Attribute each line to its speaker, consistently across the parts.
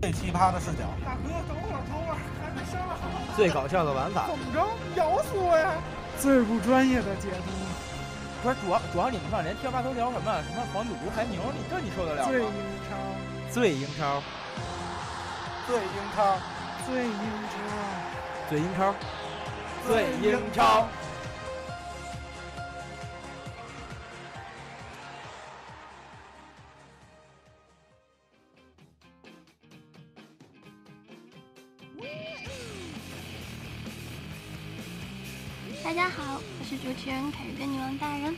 Speaker 1: 最奇葩的视角，
Speaker 2: 大哥，等会儿，等会儿，还没上。
Speaker 3: 最搞笑的玩法。
Speaker 2: 怎么着？咬死我呀！最不专业的解读，
Speaker 4: 不是主要主要你们上连贴吧都聊什么什么黄赌毒还牛，你这你受得了
Speaker 2: 最英
Speaker 4: 吗？
Speaker 2: 超，
Speaker 3: 最英超，
Speaker 1: 最英超，
Speaker 2: 最英超，
Speaker 3: 最英超，
Speaker 1: 最英超。
Speaker 5: 大家好，我是主持人凯瑞跟女王大人，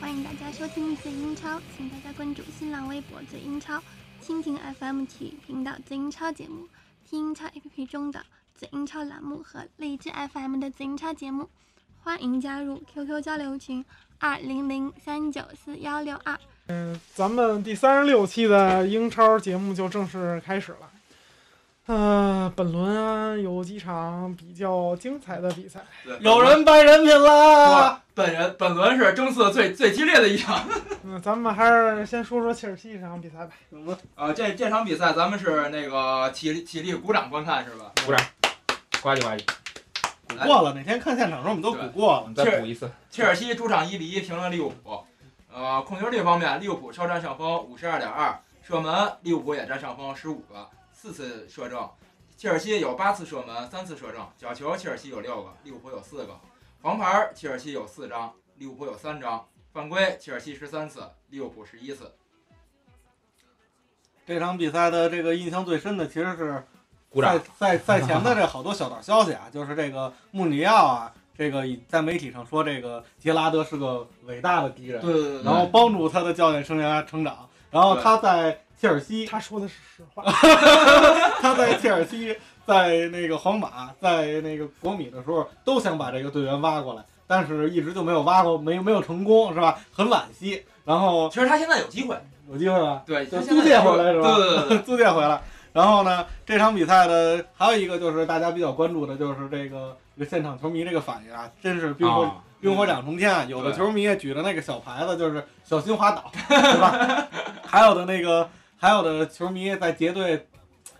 Speaker 5: 欢迎大家收听最英超，请大家关注新浪微博最英超、蜻蜓 FM 体育频道最英超节目、听英超 APP 中的最英超栏目和荔枝 FM 的最英超节目，欢迎加入 QQ 交流群二零零三九四幺六二。
Speaker 2: 咱们第三十六期的英超节目就正式开始了。呃，本轮啊有几场比较精彩的比赛，
Speaker 6: 有人掰人品啦！本人本轮是争四最最激烈的一场。
Speaker 2: 嗯、咱们还是先说说切尔西这场比赛吧。
Speaker 6: 啊，这这场比赛咱们是那个起立起立鼓掌观看是吧？
Speaker 7: 呱唧呱唧，
Speaker 1: 鼓过了，那天看现场时候我们都鼓过了
Speaker 7: 你。再补一次。
Speaker 6: 切尔西主场一比一平了利物浦。呃，控球率方面，利物浦稍占上风，五十二点二；射门，利物浦也占上风，十五个，四次射正。切尔西有八次射门，三次射正。角球，切尔西有六个，利物浦有四个。黄牌，切尔西有四张，利物浦有三张。犯规，切尔西十三次，利物浦十一次。
Speaker 1: 这场比赛的这个印象最深的其实是
Speaker 7: 鼓
Speaker 1: 赛
Speaker 7: 掌，
Speaker 1: 赛赛前的这好多小道消息啊，就是这个穆里尼奥啊，这个以在媒体上说这个杰拉德是个伟大的敌人，
Speaker 6: 对对对
Speaker 1: 然后帮助他的教练生涯成长，然后他在切尔西，
Speaker 2: 他说的是实话，
Speaker 1: 他在切尔西，在那个皇马，在那个国米的时候，都想把这个队员挖过来，但是一直就没有挖过，没有没有成功，是吧？很惋惜。然后
Speaker 6: 其实他现在有机会，
Speaker 1: 有机会吧，
Speaker 6: 对，
Speaker 1: 就
Speaker 6: 他
Speaker 1: 租
Speaker 6: 现在
Speaker 1: 借
Speaker 6: 有
Speaker 1: 回来是吧？
Speaker 6: 对对对对，
Speaker 1: 租借回来。然后呢，这场比赛的还有一个就是大家比较关注的，就是这个这个现场球迷这个反应啊，真是冰火、
Speaker 7: 啊，嗯
Speaker 1: 冰火两重天啊！有的
Speaker 7: 对
Speaker 1: 球迷也举着那个小牌子，就是小心滑倒，对吧？ 还有的那个，还有的球迷在结队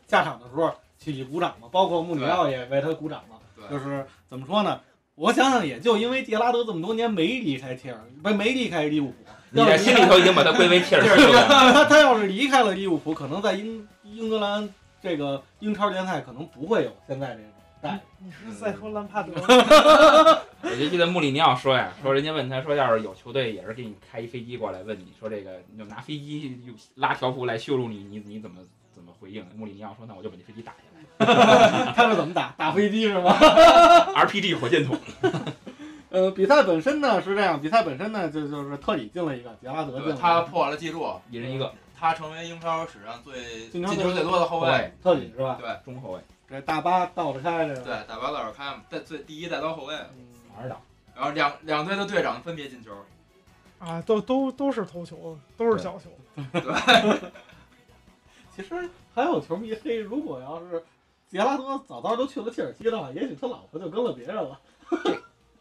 Speaker 1: 下场的时候去鼓掌嘛，包括穆里尼奥也为他鼓掌了。
Speaker 6: 对
Speaker 1: 就是怎么说呢？我想想，也就因为杰拉德这么多年没离开切尔，不是没离开利物浦，
Speaker 7: 你在心里头已经把它归为 切尔西了。
Speaker 1: 他 他要是离开了利物浦，可能在英英格兰这个英超联赛可能不会有现在这种 待遇。
Speaker 2: 你是在说兰帕德吗？
Speaker 7: 我就记得穆里尼奥说呀，说人家问他说，要是有球队也是给你开一飞机过来问你说这个，你就拿飞机就拉条幅来羞辱你，你你怎么怎么回应？穆里尼奥说，那我就把这飞机打下
Speaker 1: 他是怎么打？打飞机是吗？
Speaker 7: 来，RPG 火箭筒。
Speaker 1: 呃，比赛本身呢是这样，比赛本身呢就就是特里进了一个，杰拉德进
Speaker 6: 对
Speaker 1: 了，
Speaker 6: 他破了记录，
Speaker 7: 一人一个
Speaker 6: 他成为英超史上最
Speaker 1: 进
Speaker 6: 进
Speaker 1: 球最
Speaker 6: 球最多的后
Speaker 7: 后
Speaker 6: 卫。
Speaker 7: 卫，
Speaker 1: 特里是吧？
Speaker 7: 中后卫，
Speaker 1: 这大巴倒着开这
Speaker 6: 对
Speaker 1: 个，，
Speaker 6: 打巴勒尔开姆，带最第一带刀后卫。
Speaker 1: 嗯
Speaker 7: 哪儿挡？
Speaker 6: 然后两两队的队长分别进球。
Speaker 2: 啊，都都都是头球，都是角球。
Speaker 1: 其实还有球迷黑，如果要是杰拉德早早都去了切尔西的话，也许他老婆就跟了别人了。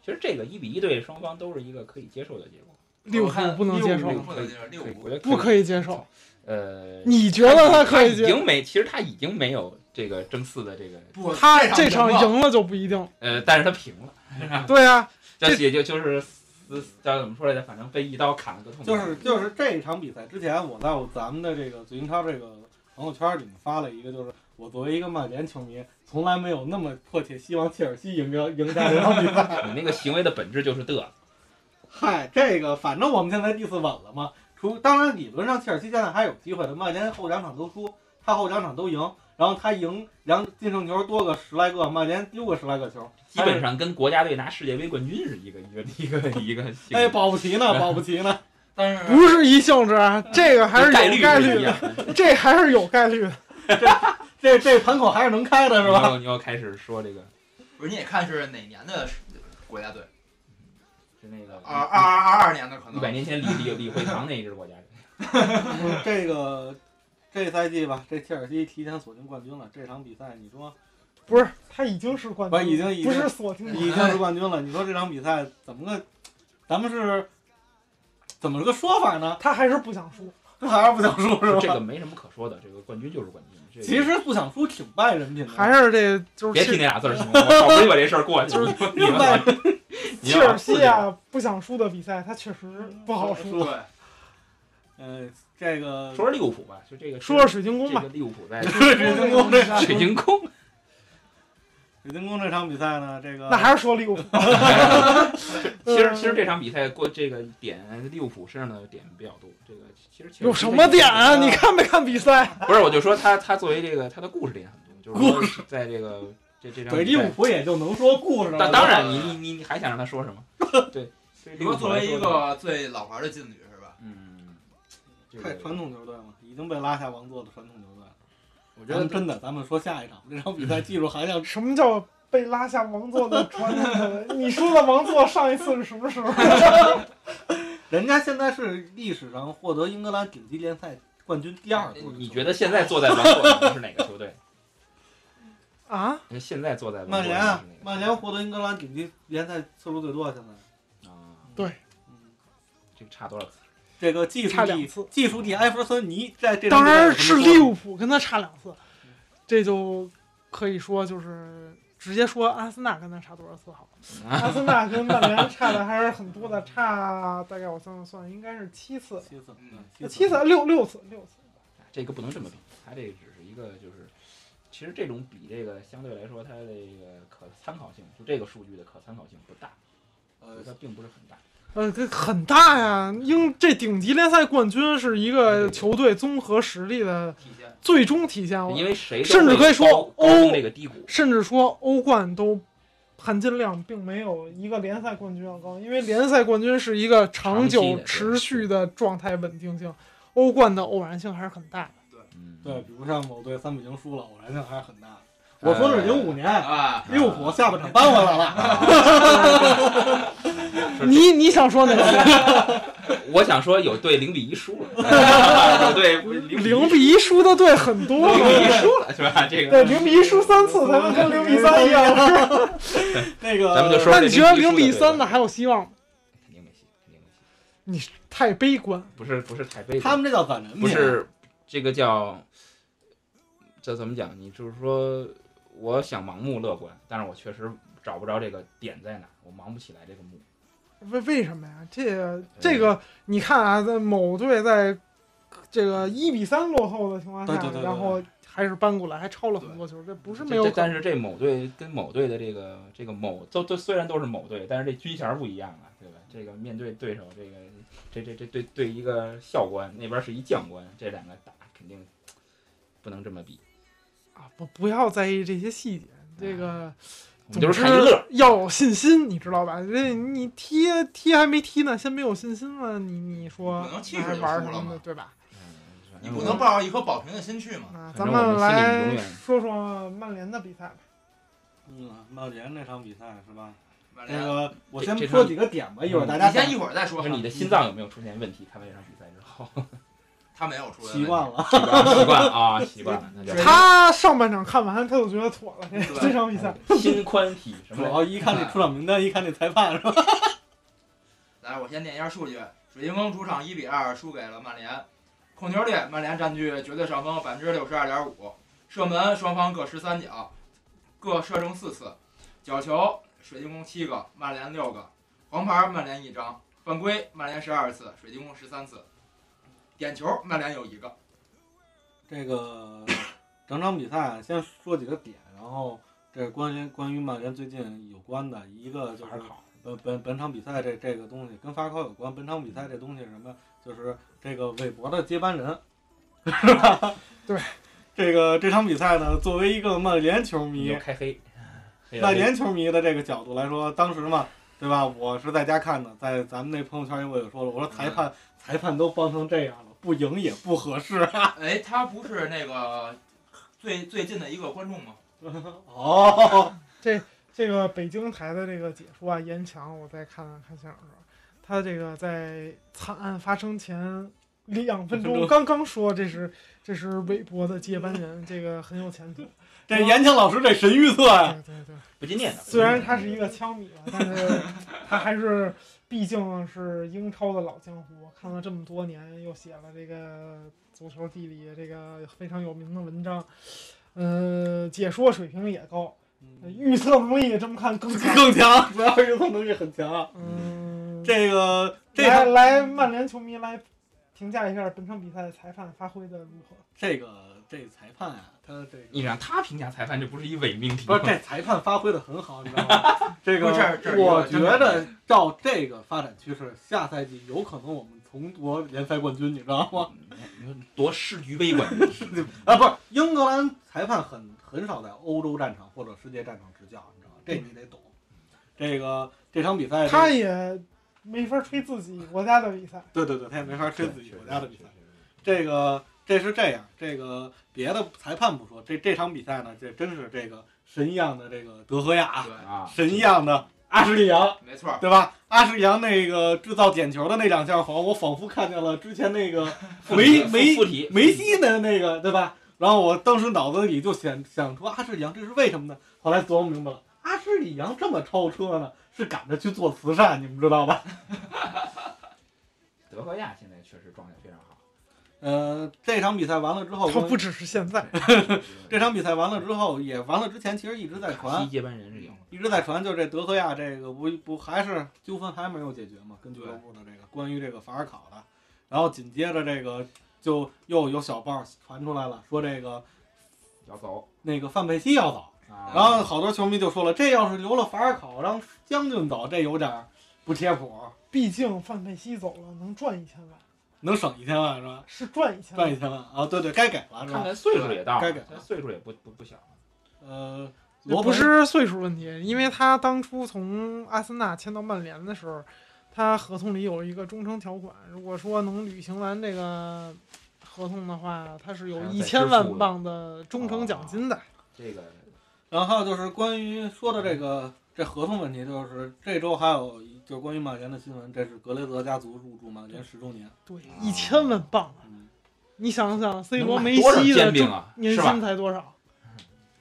Speaker 7: 其实这个一比一对双方都是一个可以接受的结果，
Speaker 2: 利物浦不能接受
Speaker 6: 利物，浦不能接受，利
Speaker 7: 对
Speaker 6: 物
Speaker 7: 我
Speaker 6: 浦
Speaker 7: 觉得
Speaker 2: 不可
Speaker 7: 以。
Speaker 2: 以接受。
Speaker 7: 呃，
Speaker 2: 你觉得他可以
Speaker 7: 已
Speaker 2: 接受？
Speaker 7: 经没，其实他已经没有这个争四的这个，
Speaker 6: 不，
Speaker 2: 他这
Speaker 6: 场
Speaker 2: 场
Speaker 6: 赢了
Speaker 2: 赢了就不一定。
Speaker 7: 呃，但是他平了。
Speaker 2: 对啊，
Speaker 7: 这
Speaker 2: 这
Speaker 7: 也就就是呃叫怎么说来着？反正被一刀砍了个痛快。
Speaker 1: 就是就是这一场比赛之前，我在我咱们的这个最英超这个朋友圈里面发了一个，就是我作为一个曼联球迷，从来没有那么迫切希望切尔西赢得赢下这场比赛。
Speaker 7: 你那个行为的本质就是嘚瑟。
Speaker 1: 嗨，这个反正我们现在第四稳了嘛，除当然理论上切尔西现在还有机会的，曼联后两场都输，他后两场都赢，然后他赢两进胜球多个十来个，曼联丢个十来个球，
Speaker 7: 基本上跟国家队拿世界杯冠军是一个一个一个一个性质
Speaker 1: 哎，保不齐呢，保不齐呢。
Speaker 6: 但是
Speaker 2: 不是一性质啊，这个还是有
Speaker 7: 概率
Speaker 2: 嗯概
Speaker 7: 是
Speaker 2: 率
Speaker 7: 一
Speaker 2: 的，
Speaker 7: 样 的，
Speaker 2: 这还是有概率的。
Speaker 1: 这这盘口还是能开的，是吧？
Speaker 7: 你又你又开始说这个
Speaker 6: 不是你也看是哪年的国家队，
Speaker 7: 是那个
Speaker 6: 二
Speaker 2: 啊
Speaker 6: 二二二二年的可
Speaker 7: 一百
Speaker 6: 能。
Speaker 7: 年前李李李惠堂那一支国家队，
Speaker 1: 这个这赛季吧，这切尔西提前锁定冠军了。这场比赛，你说
Speaker 2: 不是，他已经是冠
Speaker 1: 不
Speaker 2: 军了，
Speaker 1: 已经已
Speaker 2: 不
Speaker 1: 经
Speaker 2: 是锁定
Speaker 1: 已经是冠军了？ 你说这场比赛怎么个，咱们是怎么个说法呢？
Speaker 2: 他还是不想输。
Speaker 1: 这还是不想输是吧？
Speaker 7: 这个没什么可说的，这个冠军就是冠军。这个
Speaker 1: 其实不想输挺败人品的，
Speaker 2: 还是这就是
Speaker 7: 别
Speaker 2: 切
Speaker 7: 提那俩字儿行吗？我少不就把这事儿过去。
Speaker 2: 就是
Speaker 7: 你们 老你
Speaker 2: 切
Speaker 7: 们老
Speaker 2: 尔
Speaker 7: 刺
Speaker 2: 西
Speaker 7: 激我，
Speaker 2: 啊，不想输的比赛，他确实不好输。
Speaker 1: 输。对，呃，这个
Speaker 7: 说说利物浦吧，就这个
Speaker 2: 说说水晶宫
Speaker 7: 这
Speaker 2: 吧，
Speaker 7: 个利物浦在
Speaker 1: 水晶宫这
Speaker 7: 水晶宫，
Speaker 1: 水晶宫这场比赛呢，这个
Speaker 2: 那还是说利物浦。
Speaker 7: 其实其实这场比赛过这个点，利物浦身上的点比较多。这个其实切尔西
Speaker 2: 有什么点啊？你看没看比赛？
Speaker 7: 不是，我就说他他作为这个他的故事点很多，就是说在这个这这张
Speaker 1: 对利物浦也就能说故事了。
Speaker 7: 但当然你你你你还想让他说什么？对，对
Speaker 6: 你
Speaker 7: 利物
Speaker 6: 们
Speaker 7: 浦
Speaker 6: 作
Speaker 7: 来
Speaker 6: 为
Speaker 7: 说
Speaker 6: 一个最老牌的劲旅是吧？
Speaker 7: 嗯，这
Speaker 1: 太
Speaker 7: 个
Speaker 1: 传统球队嘛，已经被拉下王座的传统球队了。
Speaker 6: 我
Speaker 1: 咱们真的，咱们说下一场这场比赛技术含量
Speaker 2: 什么叫被拉下王座的传统的？你说的王座上一次是什么时候？
Speaker 1: 人家现在是历史上获得英格兰顶级联赛冠军第二多。
Speaker 7: 哎你觉得现在坐在王座的人是哪个球队？
Speaker 2: 啊？
Speaker 7: 现在坐在王
Speaker 1: 曼
Speaker 7: 座
Speaker 1: 联
Speaker 7: 的人是哪
Speaker 1: 啊
Speaker 7: 个球队？？
Speaker 1: 曼联获得英格兰顶级联赛次数最多，现在。
Speaker 7: 啊，
Speaker 1: 嗯，
Speaker 7: 这个差多少次？
Speaker 1: 这个技术
Speaker 2: 差两
Speaker 1: 帝技术帝埃弗森尼在这场
Speaker 2: 当
Speaker 1: 比赛
Speaker 2: 然
Speaker 1: 有什
Speaker 2: 是
Speaker 1: 么
Speaker 2: 利
Speaker 1: 作用
Speaker 2: 物浦跟他差两次，这就可以说就是直接说阿森纳跟他差多少次好。 阿森纳跟曼联差的还是很多的，差大概我算了算，应该是七次，
Speaker 1: 七次，嗯
Speaker 2: 七次六六次六次。
Speaker 7: 这个不能这么比，他这只是一个就是，其实这种比这个相对来说它的这个可参考性，就这个数据的可参考性不大，
Speaker 1: 呃，
Speaker 7: 它并不是很大。
Speaker 2: 呃，这很大呀！英这顶级联赛冠军是一个球队综合实力的
Speaker 6: 体现
Speaker 2: 最终体现，
Speaker 7: 因为谁都
Speaker 2: 哦甚至
Speaker 7: 会
Speaker 2: 可以说
Speaker 7: 高高
Speaker 2: 欧
Speaker 7: 估这个低谷，
Speaker 2: 甚至说欧冠都含金量并没有一个联赛冠军要高，因为联赛冠军是一个长
Speaker 7: 长期
Speaker 2: 久
Speaker 7: 的
Speaker 2: 持续的状态稳定性，欧冠的偶然性还是很大的。
Speaker 7: 嗯，
Speaker 1: 对，比如像某队三比零输了，偶然性还是很大的。我说的是零五年，
Speaker 6: 啊，
Speaker 1: 利物浦下半场扳回来了。
Speaker 7: 啊
Speaker 2: 你你想说哪个？
Speaker 7: 我想说有队零比一输 了，有队
Speaker 2: 零比一输的队很多
Speaker 7: 零比一
Speaker 2: 嘛，
Speaker 7: 输了是吧？这
Speaker 2: 对，
Speaker 7: 个
Speaker 2: 零比一输三次才能跟零比三一样。
Speaker 1: 那个，
Speaker 7: 咱们就说
Speaker 2: 那你觉得零比三的还有希望吗？
Speaker 7: 肯定没戏，肯定没戏，
Speaker 2: 太悲观。
Speaker 7: 不是不是太悲
Speaker 1: 他
Speaker 7: 观，
Speaker 1: 们这叫攒人品，
Speaker 7: 不是这个叫这怎么讲？你就是说我想盲目乐观，但是我确实找不着这个点在哪，我忙不起来这个目。
Speaker 2: 为为什么呀？这
Speaker 7: 嗯
Speaker 2: 这个你看啊，在某队在这个一比三落后的情况下，
Speaker 1: 对对对对
Speaker 2: 然后还是扳过来，还超了很多球，这不是没有
Speaker 7: 这
Speaker 2: 可
Speaker 7: 这但是这某队跟某队的这个这个某都都虽然都是某队，但是这军衔儿不一样啊，对吧？这个面对对手，这个这这这对对一个校官，那边是一将官，这两个打肯定不能这么比。
Speaker 2: 啊，不不要在意这些细节，这个。
Speaker 7: 我们
Speaker 2: 总
Speaker 7: 嗯就
Speaker 2: 之
Speaker 7: 是看一乐，
Speaker 2: 要有信心，你知道吧？这你踢踢还没踢呢，先没有信心了，你你说
Speaker 6: 不能气
Speaker 2: 还
Speaker 6: 势就
Speaker 2: 玩什
Speaker 6: 输了
Speaker 2: 么
Speaker 6: 嘛
Speaker 2: 的，对吧？
Speaker 7: 嗯
Speaker 6: 你不能抱着一颗保平的心去嘛。
Speaker 2: 啊，
Speaker 7: 反
Speaker 2: 咱
Speaker 7: 正我
Speaker 2: 们
Speaker 7: 们心里
Speaker 2: 来
Speaker 7: 永远
Speaker 2: 说说曼联的比赛吧。
Speaker 1: 嗯，曼联那场比赛是吧？那
Speaker 6: 曼联，
Speaker 1: 个，我先
Speaker 7: 这
Speaker 1: 说几个点嗯吧，一会儿大家
Speaker 6: 你先一会儿再说
Speaker 7: 就是。你的心脏有没有出现问题？看完这场比赛之后，
Speaker 6: 嗯他没有出来。
Speaker 1: 习惯了。
Speaker 7: 习惯习惯 啊，习惯了，那就
Speaker 6: 对
Speaker 2: 他上半场看完，他就觉得妥了，这
Speaker 6: 对
Speaker 2: 这场比赛。
Speaker 7: 心宽体什
Speaker 1: 主
Speaker 7: 么
Speaker 1: 要一看这出场名单，一看这裁判是吧？
Speaker 6: 来，我先念一下数据：水晶宫主场一比二输给了曼联，控球率曼联占据绝对上风，百分之六十二点五，射门双方各十三脚，各射中四次，角球水晶宫七个，曼联六个，黄牌曼联一张，犯规曼联十二次，水晶宫十三次，点球曼联有一个。
Speaker 1: 这个整场比赛先说几个点，然后这是关于关于曼联最近有关的一个
Speaker 7: 就
Speaker 1: 就
Speaker 7: 是是考，
Speaker 1: 本本本场比赛这这个东西跟法考有关，本场比赛这东西是什么？就是这个韦伯的接班人， 是吧？
Speaker 2: 对，
Speaker 1: 这个这场比赛呢，作为一个曼联球
Speaker 7: 你
Speaker 1: 迷
Speaker 7: 就，开黑，哎黑了
Speaker 1: 曼
Speaker 7: 黑
Speaker 1: 联球迷的这个角度来说，当时嘛，对吧？我是在家看的，在咱们那朋友圈里我也说了，我说
Speaker 6: 嗯
Speaker 1: 裁判、裁判都帮成这样了，不赢也不合适。
Speaker 6: 哎，他不是那个最最近的一个观众吗？
Speaker 1: 哦，
Speaker 2: 这个北京台的这个解说啊，严强，我在看看现场的时候，他这个在惨案发生前两分
Speaker 1: 分
Speaker 2: 钟
Speaker 1: 钟
Speaker 2: 刚刚说这是这是韦伯的接班人，这个很有前途。
Speaker 1: 这严强老师这神预测呀、
Speaker 2: 对对对，
Speaker 7: 不禁念的。
Speaker 2: 啊虽然他是一个枪迷吧，但是他还是毕竟是英超的老江湖，看了这么多年，又写了这个足球地理这个非常有名的文章，呃，解说水平也高，呃
Speaker 6: 嗯
Speaker 2: 预测能力这么看更强。
Speaker 1: 更强，主要是运动能力很强啊。
Speaker 2: 嗯，
Speaker 1: 这个这
Speaker 2: 来
Speaker 1: 场
Speaker 2: 来曼联球迷来评价一下本场比赛裁判发挥的如何？
Speaker 1: 这个这裁判啊，他这
Speaker 7: 你
Speaker 1: 个
Speaker 7: 让他评价裁判，这不是一伪命题
Speaker 1: 不
Speaker 7: 吗
Speaker 1: 是？这裁判发挥的很好，你知道吗？ 这个
Speaker 6: 不是这儿这儿有
Speaker 1: 我觉
Speaker 6: 真的
Speaker 1: 得照这个发展趋势，下赛季有可能我们重夺联赛冠军，你知道吗？
Speaker 7: 你说夺世俱杯冠军，
Speaker 1: 啊，不是，英格兰裁判很很少在欧洲战场或者世界战场执教，你知道吗？这你得懂。这个这场比赛，
Speaker 7: 哎
Speaker 2: 他也没法吹自己国家的比赛。
Speaker 1: 对对对，他也没法吹自己国家的比赛。 这个这是这样，这个别的裁判不说，这这场比赛呢，这真是这个神一样的这个德赫亚，
Speaker 6: 对，
Speaker 7: 啊，
Speaker 1: 神一样的阿什利杨，
Speaker 6: 没错儿，
Speaker 1: 对吧？阿什利杨那个制造点球的那两下黄，我仿佛看见了之前那 个梅梅
Speaker 7: 附体
Speaker 1: 梅西的那个，对吧？然后我当时脑子里就想想出阿什利杨，这是为什么呢？后来琢磨明白了，阿什利杨这么超车呢，是赶着去做慈善，你们知道吧？
Speaker 7: 德赫亚现在确实状态非常好。
Speaker 1: 呃，这场比赛完了之后，
Speaker 2: 他不只是现在，
Speaker 1: 这场比赛完了之后，也完了之前，其实一直在
Speaker 7: 卡西
Speaker 1: 传，
Speaker 7: 接班人是赢了，
Speaker 1: 一直在传，就是这德赫亚这个不不还是纠纷还没有解决嘛？跟俱乐部的这个关于这个法尔考的，然后紧接着这个就又有小报传出来了，说这个
Speaker 7: 要走
Speaker 1: 那个范佩西要走，
Speaker 7: 啊。
Speaker 1: 然后好多球迷就说了，这要是留了法尔考让将军走，这有点儿不贴谱，
Speaker 2: 毕竟范佩西走了能赚一千万，
Speaker 1: 能省一千万是吧？
Speaker 2: 是赚一千
Speaker 1: 赚
Speaker 2: 万
Speaker 1: 一。千万啊？对对，该给了
Speaker 7: 看
Speaker 1: 是吧？
Speaker 7: 看岁数也到了，
Speaker 1: 该给了
Speaker 7: 现在岁数也不不不小了。
Speaker 1: 呃，罗
Speaker 2: 也
Speaker 1: 伯
Speaker 2: 不是岁数问题，因为他当初从阿森纳签到曼联的时候，他合同里有一个忠诚条款，如果说能履行完这个合同的话，他是有
Speaker 7: 还要再
Speaker 2: 一
Speaker 7: 支
Speaker 2: 千
Speaker 7: 付哦
Speaker 2: 万镑的忠诚奖金的。
Speaker 7: 这个
Speaker 1: 然后还有就是关于说的这个这合同问题，就是这周还有一就是关于曼联的新闻，这是格雷泽家族入驻曼联十周年。
Speaker 2: 对，一千万镑啊！
Speaker 1: 嗯，
Speaker 2: 你想想，C
Speaker 7: 能
Speaker 2: 罗、
Speaker 7: 买
Speaker 2: 梅
Speaker 7: 多少
Speaker 2: 西的
Speaker 7: 煎
Speaker 2: 这
Speaker 7: 饼啊，
Speaker 2: 年
Speaker 7: 是吧
Speaker 2: 薪？才多少？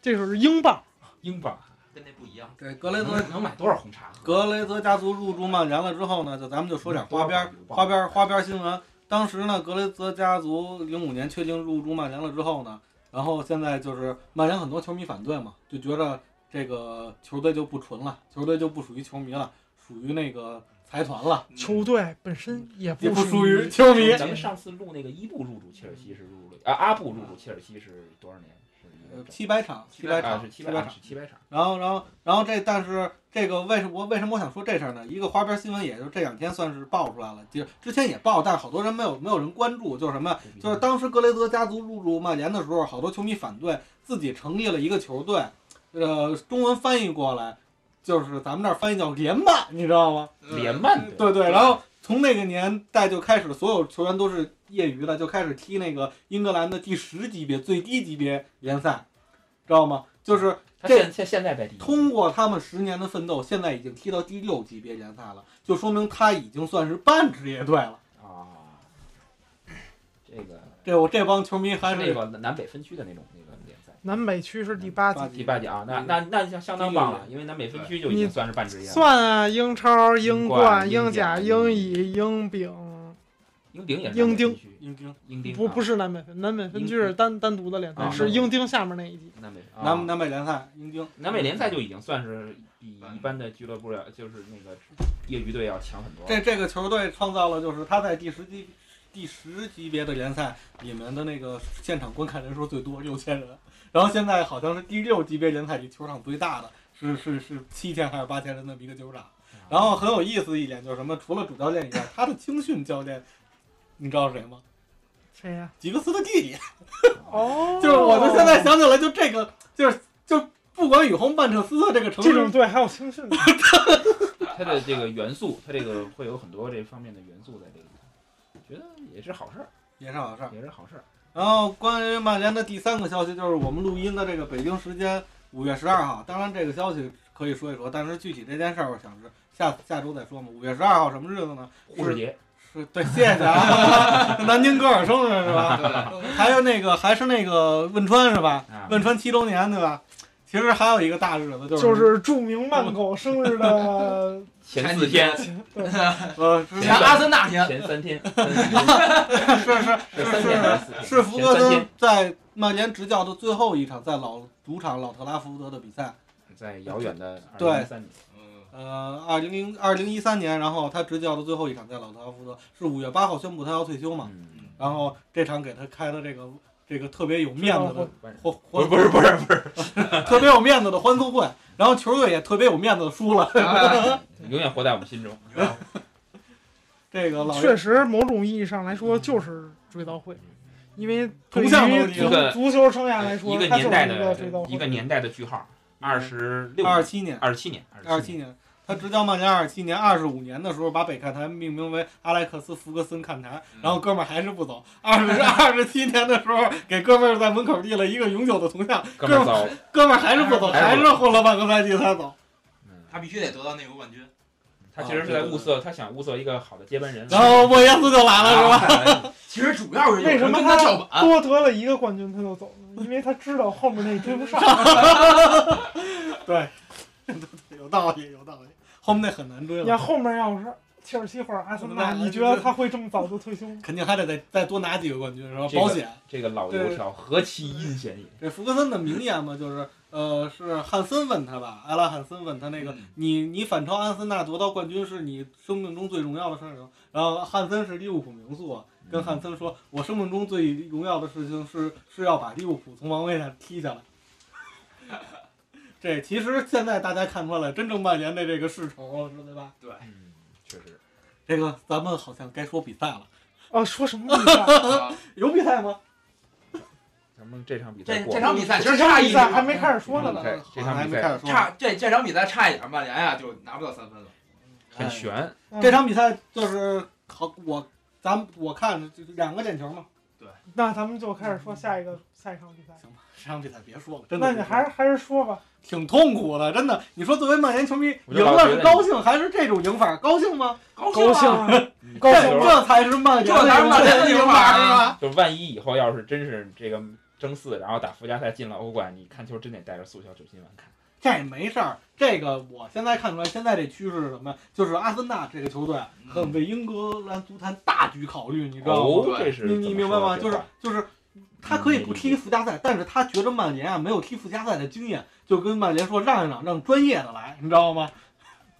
Speaker 2: 这可是英镑，
Speaker 7: 英镑
Speaker 6: 跟那不一样。
Speaker 1: 这格雷泽
Speaker 7: 能能买多少红茶喝？
Speaker 1: 嗯格雷泽家族入驻曼联了之后呢，就咱们就说点花边儿花边儿花边儿新闻。当时呢，格雷泽家族零五年确定入驻曼联了之后呢，然后现在就是曼联很多球迷反对嘛，就觉得这个球队就不纯了，球队就不属于球迷了，属于那个财团了，
Speaker 6: 嗯
Speaker 2: 球队本身也
Speaker 1: 也
Speaker 2: 不
Speaker 1: 不
Speaker 2: 属
Speaker 1: 属于球迷。
Speaker 7: 咱们上次录那个伊布入驻切尔西是入了啊，阿布入驻切尔西是多少年？是一
Speaker 1: 呃
Speaker 7: 个
Speaker 1: 七百场，七百
Speaker 7: 啊，
Speaker 1: 场，
Speaker 7: 是七
Speaker 1: 百
Speaker 7: 百
Speaker 1: 场
Speaker 7: 场，。是七百场。
Speaker 1: 然后，然后，然后这，但是这个为什么我为什么我想说这事儿呢？一个花边新闻，也就这两天算是爆出来了，就之前也爆，但是好多人没有没有人关注，就是什么呀？就是当时格雷泽家族入驻曼联的时候，好多球迷反对自己成立了一个球队，呃，中文翻译过来就是咱们这儿翻译叫联曼，你知道吗？
Speaker 6: 嗯
Speaker 7: 连曼队
Speaker 1: 对对，然后从那个年代就开始，所有球员都是业余的，就开始踢那个英格兰的第十级别最低级别联赛，知道吗？就是
Speaker 7: 他现现现在在第一，
Speaker 1: 通过他们十年的奋斗，现在已经踢到第六级别联赛了，就说明他已经算是半职业队了。
Speaker 7: 啊，这个
Speaker 1: 这我这帮球迷还
Speaker 7: 是那
Speaker 1: 是
Speaker 7: 个南北分区的那种那个联赛。
Speaker 2: 南北区是第八级，
Speaker 7: 第八级啊，那那那相相当棒了，因为南北分区就已经算是半职业了。
Speaker 2: 算啊，英超、英冠、
Speaker 7: 冠
Speaker 2: 英
Speaker 7: 英
Speaker 2: 甲、
Speaker 7: 甲英
Speaker 2: 英乙、英丙。
Speaker 7: 英鼎也是
Speaker 2: 英
Speaker 7: 南
Speaker 2: 丁
Speaker 7: 北分区，
Speaker 1: 英丁
Speaker 7: 英丁
Speaker 2: 不
Speaker 7: 啊
Speaker 2: 不是南北分，南北分
Speaker 7: 英
Speaker 2: 区是单单独的联赛，
Speaker 7: 啊
Speaker 2: 是英丁下面那一级。
Speaker 7: 南北啊
Speaker 1: 南南北联赛英嗯丁
Speaker 7: 南美联赛就已经算是比一般的俱乐部要就是那个业余队要强很多了。啊
Speaker 1: 这这个球队创造了就是他在第十级第十级别的联赛里面的那个现场观看人数最多六千人，然后现在好像是第六级别联赛里球场最大的是是是七千还是八千人的一个球场。然后很有意思的一点就是什么？除了主教练以外，他的青训教练，你知道是谁吗？
Speaker 2: 谁呀？
Speaker 1: 吉格斯的弟弟。
Speaker 7: 嗯
Speaker 2: 哦
Speaker 1: 就是我们现在想起来，就这个，就是就不管雨虹曼彻斯特这个城
Speaker 2: 这种
Speaker 1: 市，
Speaker 2: 队还有青训呢，
Speaker 7: 它的这个元素，它这个会有很多这方面的元素在这里头，觉得也是好事儿，
Speaker 1: 也是好事儿。
Speaker 7: 也是好事儿。
Speaker 1: 然后关于曼联的第三个消息就是我们录音的这个北京时间五月十二号，当然这个消息可以说一说，但是具体这件事儿，我想是下下周再说嘛。五月十二号什么日子呢？
Speaker 7: 护士节
Speaker 1: 是对，谢谢啊，南京歌尔生日是吧？
Speaker 6: 对，
Speaker 1: 还有那个还是那个汶川是吧？
Speaker 7: 啊，
Speaker 1: 汶川七周年对吧？其实还有一个大日子就是
Speaker 2: 就是著名曼狗生日的
Speaker 7: 前四天，
Speaker 2: 对，
Speaker 1: 呃，是
Speaker 6: 前阿森纳天，
Speaker 7: 前三 天，
Speaker 1: 是是
Speaker 7: 是三天还是四天？
Speaker 1: 是福格
Speaker 7: 前三
Speaker 1: 森
Speaker 7: 天
Speaker 1: 在曼联执教的最后一场，在老主场老特拉福德的比赛，
Speaker 7: 在遥远的
Speaker 1: 对
Speaker 7: 2013年，
Speaker 6: 嗯，
Speaker 1: 呃，二零零二零一三年，然后他执教的最后一场在老特拉福德是五月八号宣布他要退休嘛，
Speaker 7: 嗯，
Speaker 1: 然后这场给他开了这个这个特别有面子的
Speaker 7: 不是不是
Speaker 1: 欢欢
Speaker 7: 不是不是不是，
Speaker 1: 特别有面子的欢送会，然后球队也特别有面子的输了，
Speaker 6: 啊
Speaker 7: 永远活在我们心中。啊
Speaker 1: 这个老
Speaker 2: 确实某种意义上来说就是追悼会，因为对
Speaker 1: 同向楼
Speaker 2: 于
Speaker 1: 梯
Speaker 2: 足
Speaker 7: 一个
Speaker 2: 足球生涯来说，
Speaker 7: 一个
Speaker 2: 它就是
Speaker 7: 年代
Speaker 2: 一
Speaker 7: 的
Speaker 2: 个追悼会，
Speaker 7: 一个年代的句号，二十六、
Speaker 1: 二十七年
Speaker 7: 二十七年、
Speaker 1: 二
Speaker 7: 二
Speaker 1: 十七年。他执教曼联二十七年，二十五年的时候把北看台命名为阿莱克斯·福格森看台，
Speaker 7: 嗯
Speaker 1: 然后哥们儿还是不走。二十二十七年的时候，给哥们儿在门口立了一个永久的铜像，
Speaker 7: 哥们儿走，
Speaker 1: 哥们儿还是不走，
Speaker 7: 还
Speaker 1: 还
Speaker 7: 是不
Speaker 1: 是混了半个赛季才走。
Speaker 7: 嗯
Speaker 6: 他必须得得到那个冠军。
Speaker 1: 啊
Speaker 7: 他其实是在物色，他想物色一个好的接班人。
Speaker 1: 然后莫耶斯就来啊了，是啊吧？
Speaker 7: 吧？
Speaker 6: 其实主要是有
Speaker 2: 为什
Speaker 6: 人
Speaker 2: 么
Speaker 6: 跟他叫板，
Speaker 2: 多得了一个冠军他就走了？因为他知道后面那追不上。
Speaker 1: 有道理，有道理。后面那很难追
Speaker 2: 你看
Speaker 1: 了，
Speaker 2: 后面要是切尔西或者阿森纳，
Speaker 1: 阿森纳
Speaker 2: 你觉得他会这么早就退休吗？
Speaker 1: 肯定还得再再多拿几个冠军，是吧？
Speaker 7: 这个
Speaker 1: 保险。
Speaker 7: 这个老油条何其阴险也！
Speaker 1: 这福格森的名言嘛，就是呃，是汉森问他吧，埃拉汉森问他那个，
Speaker 6: 嗯
Speaker 1: 你你反超阿森纳夺到冠军是你生命中最荣耀的事儿吗？然后汉森是利物浦名宿啊，
Speaker 7: 嗯
Speaker 1: 跟汉森说，我生命中最荣耀的事情是是要把利物浦从王位上踢下来。这其实现在大家看出来，真正曼联的这个势头了，是对吧？
Speaker 7: 嗯，确实，
Speaker 1: 这个咱们好像该说比赛了，
Speaker 2: 哦，说什么比赛？
Speaker 6: 啊
Speaker 1: 有比赛吗？
Speaker 7: 咱们这场比
Speaker 6: 这
Speaker 7: 赛过
Speaker 6: 这
Speaker 7: 了，
Speaker 6: 场比赛其
Speaker 2: 这
Speaker 6: 实
Speaker 2: 场
Speaker 6: 差
Speaker 2: 比
Speaker 6: 一啊
Speaker 2: 赛还没开始说呢
Speaker 7: 嗯
Speaker 2: 吧？
Speaker 7: 对这场比赛
Speaker 1: 好像还没开始说呢，
Speaker 6: 差这这场比赛差一点，曼联哎呀就拿不到三分了。
Speaker 7: 很
Speaker 1: 哎
Speaker 7: 悬，
Speaker 2: 嗯
Speaker 1: 这场比赛就是好，我咱们我看就是两个点球嘛，
Speaker 2: 嗯那咱们就开始说下一个下一场比赛。
Speaker 1: 行吧，这场比赛别说了，真的
Speaker 2: 那
Speaker 1: 别说
Speaker 2: 你
Speaker 1: 了，
Speaker 2: 还是还是说吧，
Speaker 1: 挺痛苦的，真的。你说作为曼联球迷，
Speaker 7: 我
Speaker 1: 赢
Speaker 7: 就老
Speaker 1: 了
Speaker 7: 觉
Speaker 1: 是
Speaker 7: 得
Speaker 1: 高兴还是这种赢法高兴吗？
Speaker 6: 高
Speaker 2: 高
Speaker 6: 兴
Speaker 2: 兴
Speaker 6: 啊！
Speaker 2: 啊！
Speaker 7: 嗯
Speaker 2: 高
Speaker 1: 这
Speaker 2: 兴
Speaker 7: 就是
Speaker 1: 这才是曼联的
Speaker 6: 这才是曼联的
Speaker 1: 赢
Speaker 6: 赢
Speaker 1: 法
Speaker 6: 法
Speaker 1: 是吧？
Speaker 7: 就万一以后要是真是这个争四，然后打附加赛进了欧冠，你看球真得带着速效救心丸看。
Speaker 1: 这没事儿，这个我现在看出来，现在这趋势是什么呀？就是阿森纳这个球队
Speaker 7: 嗯
Speaker 1: 很为英格兰足坛大局考虑，你知道吗？
Speaker 7: 哦，这是
Speaker 1: 你你明白吗？
Speaker 7: 怎么说
Speaker 1: 就
Speaker 7: 的
Speaker 1: 是就是。他
Speaker 7: 嗯
Speaker 1: 可以不踢附加赛，但是他觉得曼联啊没有踢附加赛的经验，就跟曼联说让一让，让专业的来，你知道吗？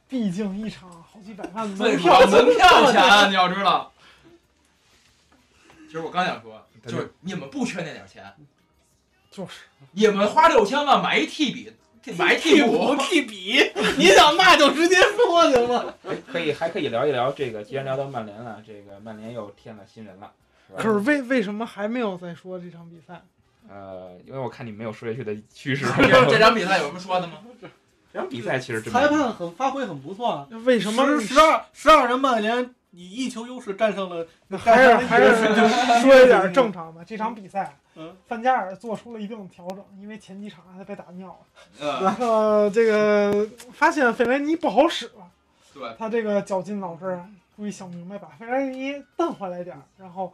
Speaker 2: 毕竟一场好几百万的
Speaker 6: 门
Speaker 2: 门
Speaker 6: 票
Speaker 2: 票，
Speaker 6: 门票钱啊，你要知道。其实我刚想说，就是你们不缺那点钱，
Speaker 2: 就是
Speaker 6: 你们花六千万买一替补，替买一替
Speaker 1: 补
Speaker 6: 补，
Speaker 1: 替比，你想那就直接说行吗？
Speaker 7: 哎可以还可以聊一聊这个，既然聊到曼联了，这个曼联又添了新人了。吧
Speaker 2: 可是为为什么还没有再说这场比赛？
Speaker 7: 呃，因为我看你没有说下去的趋势。
Speaker 6: 这场比赛有什么说的吗？
Speaker 7: 这场比赛其实真没
Speaker 1: 裁判很发挥很不错啊，
Speaker 2: 为什么
Speaker 1: 十十二十二人曼联以一球优势战胜了，
Speaker 2: 还是还是说一点正常的？这场比赛
Speaker 1: 嗯，
Speaker 2: 范加尔做出了一定的调整，因为前几场他被打尿了，
Speaker 6: 呃，
Speaker 2: 然后这个发现费莱尼不好使了，
Speaker 6: 对，
Speaker 2: 他这个绞尽脑汁，啊故意想明白把费莱尼蹬回来点儿，然后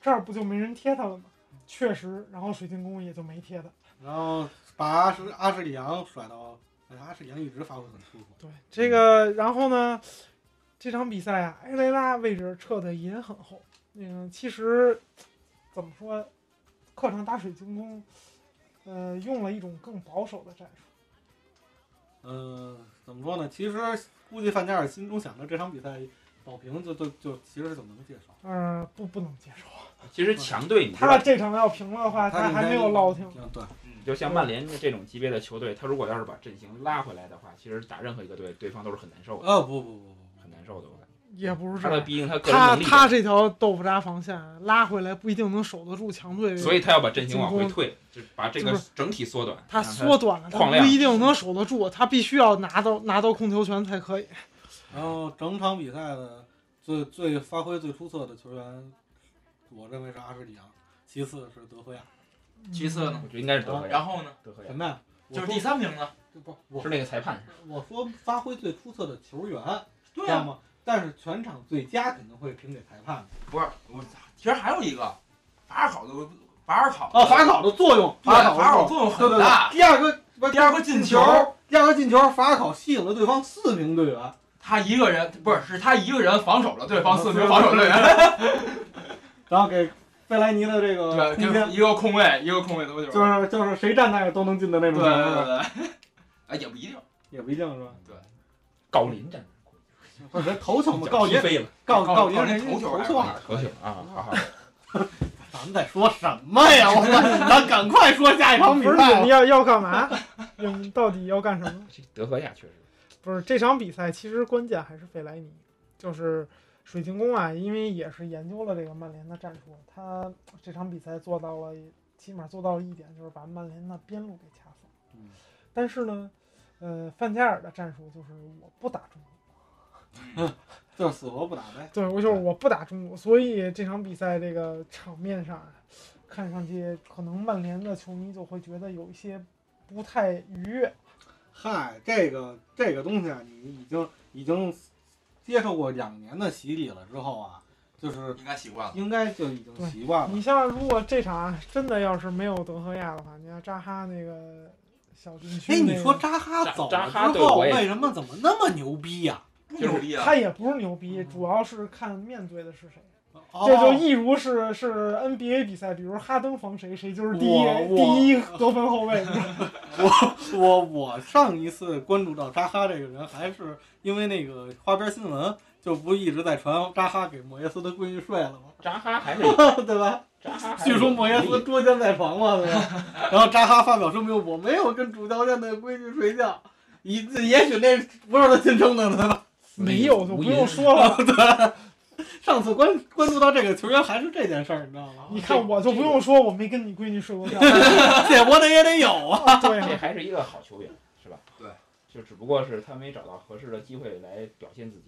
Speaker 2: 这儿不就没人贴他了吗？确实，然后水晶宫也就没贴他。
Speaker 1: 然后把阿什阿什利杨甩到，哎阿什利杨一直发挥很舒服。
Speaker 2: 对这个，然后呢，这场比赛啊，埃雷拉位置撤的也很后。嗯，其实怎么说，客场打水晶宫，呃，用了一种更保守的战术。
Speaker 1: 嗯，怎么说呢？其实估计范加尔心中想着这场比赛保平就就就其实就能接受。
Speaker 2: 嗯、不不能接受。
Speaker 7: 其实强队，你知
Speaker 2: 他
Speaker 7: 道，
Speaker 2: 这场要平了的话，他还没有落听。
Speaker 1: 嗯对，
Speaker 7: 就像曼联这种级别的球队，他如果要是把阵型拉回来的话，其实打任何一个队，对方都是很难受的，
Speaker 1: 呃不不不不，
Speaker 7: 很难受的。我感觉
Speaker 2: 也不是
Speaker 7: 他
Speaker 2: 这
Speaker 7: 的
Speaker 2: 样，
Speaker 7: 毕竟他个人
Speaker 2: 他
Speaker 7: 能力
Speaker 2: 他
Speaker 7: 的，
Speaker 2: 这条豆腐渣防线拉回来不一定能守得住强队，
Speaker 7: 所以他要把阵型往回
Speaker 2: 进攻
Speaker 7: 退，就是把这
Speaker 2: 就
Speaker 7: 个
Speaker 2: 是
Speaker 7: 整体缩短。
Speaker 2: 他
Speaker 7: 让
Speaker 2: 缩短了，他
Speaker 7: 矿量
Speaker 2: 不一定能守得住，他必须要拿到拿到控球权才可以。
Speaker 1: 然后整场比赛的最最发挥最出色的球员，我认为是阿什利杨，其次是德赫亚。
Speaker 6: 其次呢
Speaker 7: 我觉得应该是德赫亚，
Speaker 6: 然后呢，
Speaker 7: 德赫亚
Speaker 1: 什么呀？我
Speaker 6: 就是
Speaker 1: 说
Speaker 6: 第三名呢？
Speaker 1: 不，我
Speaker 7: 是那个裁判，
Speaker 1: 我说发挥最出色的球员，
Speaker 6: 对
Speaker 1: 知道
Speaker 6: 呀，
Speaker 1: 吗？但是全场最佳肯定会评给裁判的。
Speaker 6: 不是我，其实还有一个法尔考的法尔考
Speaker 1: 哦，法考的作用，
Speaker 6: 对法
Speaker 1: 考
Speaker 6: 尔
Speaker 1: 的作
Speaker 6: 考作用
Speaker 1: 用对
Speaker 6: 很
Speaker 1: 对
Speaker 6: 大
Speaker 1: 对。。第二个不是
Speaker 6: 第二个进
Speaker 1: 进球
Speaker 6: 球，，
Speaker 1: 第二个进球，法考吸引了对方四名队员，
Speaker 6: 他一个人不是是他一个人防守了对方四名防守队员，
Speaker 1: 然后给费莱尼的这个
Speaker 6: 对，啊
Speaker 1: 空
Speaker 6: 就
Speaker 1: 间，
Speaker 6: 一个空位一个空位投球，
Speaker 1: 就是就是谁站那儿都能进的那
Speaker 6: 对
Speaker 1: 种
Speaker 6: 对
Speaker 1: 球，是吧
Speaker 6: 对，对哎也不一定，
Speaker 1: 也不一定是吧？
Speaker 7: 郜林站
Speaker 1: 不是 头球嘛，
Speaker 7: 脚
Speaker 1: 告
Speaker 7: 踢
Speaker 1: 诫
Speaker 7: 飞了，
Speaker 1: 告
Speaker 6: 告
Speaker 1: 告诫
Speaker 6: 告
Speaker 1: 人
Speaker 6: 诫头球
Speaker 1: 头
Speaker 6: 还是
Speaker 1: 球
Speaker 6: 吧
Speaker 1: 好。
Speaker 7: 可球啊，好好，
Speaker 1: 咱们在说什么呀？我操！咱赶快说下一场
Speaker 2: 不
Speaker 1: 比
Speaker 2: 是你
Speaker 1: 赛
Speaker 2: 们。要要干嘛？ 你们到底要干什么？
Speaker 7: 这德赫亚确实
Speaker 2: 不是这场比赛，其实关键还是费莱尼，就是水晶宫啊，因为也是研究了这个曼联的战术，他这场比赛做到了，起码做到了一点，就是把曼联的边路给掐死了
Speaker 1: 嗯。
Speaker 2: 但是呢，呃，范加尔的战术就是我不打中路，
Speaker 1: 就是死活不打呗。
Speaker 2: 对我就是我不打中路，所以这场比赛这个场面上啊，看上去可能曼联的球迷就会觉得有一些不太愉悦。
Speaker 1: 嗨，这个这个东西啊，你已经已经接受过两年的洗礼了之后啊，就是
Speaker 6: 应该习惯了。
Speaker 1: 应该就已经习惯了
Speaker 2: 你。像如果这场啊真的要是没有德赫亚的话，你看扎哈那个小禁区、
Speaker 1: 哎，
Speaker 2: 那个，
Speaker 1: 你说扎哈走
Speaker 7: 扎
Speaker 1: 了
Speaker 7: 哈
Speaker 1: 之
Speaker 7: 对
Speaker 1: 后，
Speaker 7: 我也
Speaker 1: 为什么怎么那么牛逼呀、嗯
Speaker 6: 不牛逼啊！
Speaker 2: 他也不是牛逼，主要是看面对的是谁。
Speaker 1: 哦
Speaker 2: 这就一如是是 NBA 比赛，比如哈登防谁，谁就是第一
Speaker 1: 我我
Speaker 2: 第一得分后 卫。
Speaker 1: 我我上一次关注到扎哈这个人，还是因为那个花边新闻，就不一直在传扎哈给莫耶斯的闺女睡了吗？
Speaker 7: 扎哈还是
Speaker 1: 对吧？
Speaker 7: 扎 哈还是
Speaker 1: 据说莫耶斯捉奸在床嘛，对吧？然后扎哈发表声明，我没有跟主教练的闺女睡觉，也也许那不是他亲生的呢。
Speaker 2: 没有就不用说了，
Speaker 1: 上次关关注到这个球员还是这件事儿，你知道吗？
Speaker 2: 你看我就不用说，我没跟你闺女睡 过觉。
Speaker 1: 这我得也得有啊。
Speaker 2: 对
Speaker 7: 这
Speaker 2: 啊，
Speaker 7: 还是一个好球员，是吧？
Speaker 6: 对，
Speaker 7: 就只不过是他没找到合适的机会来表现自己。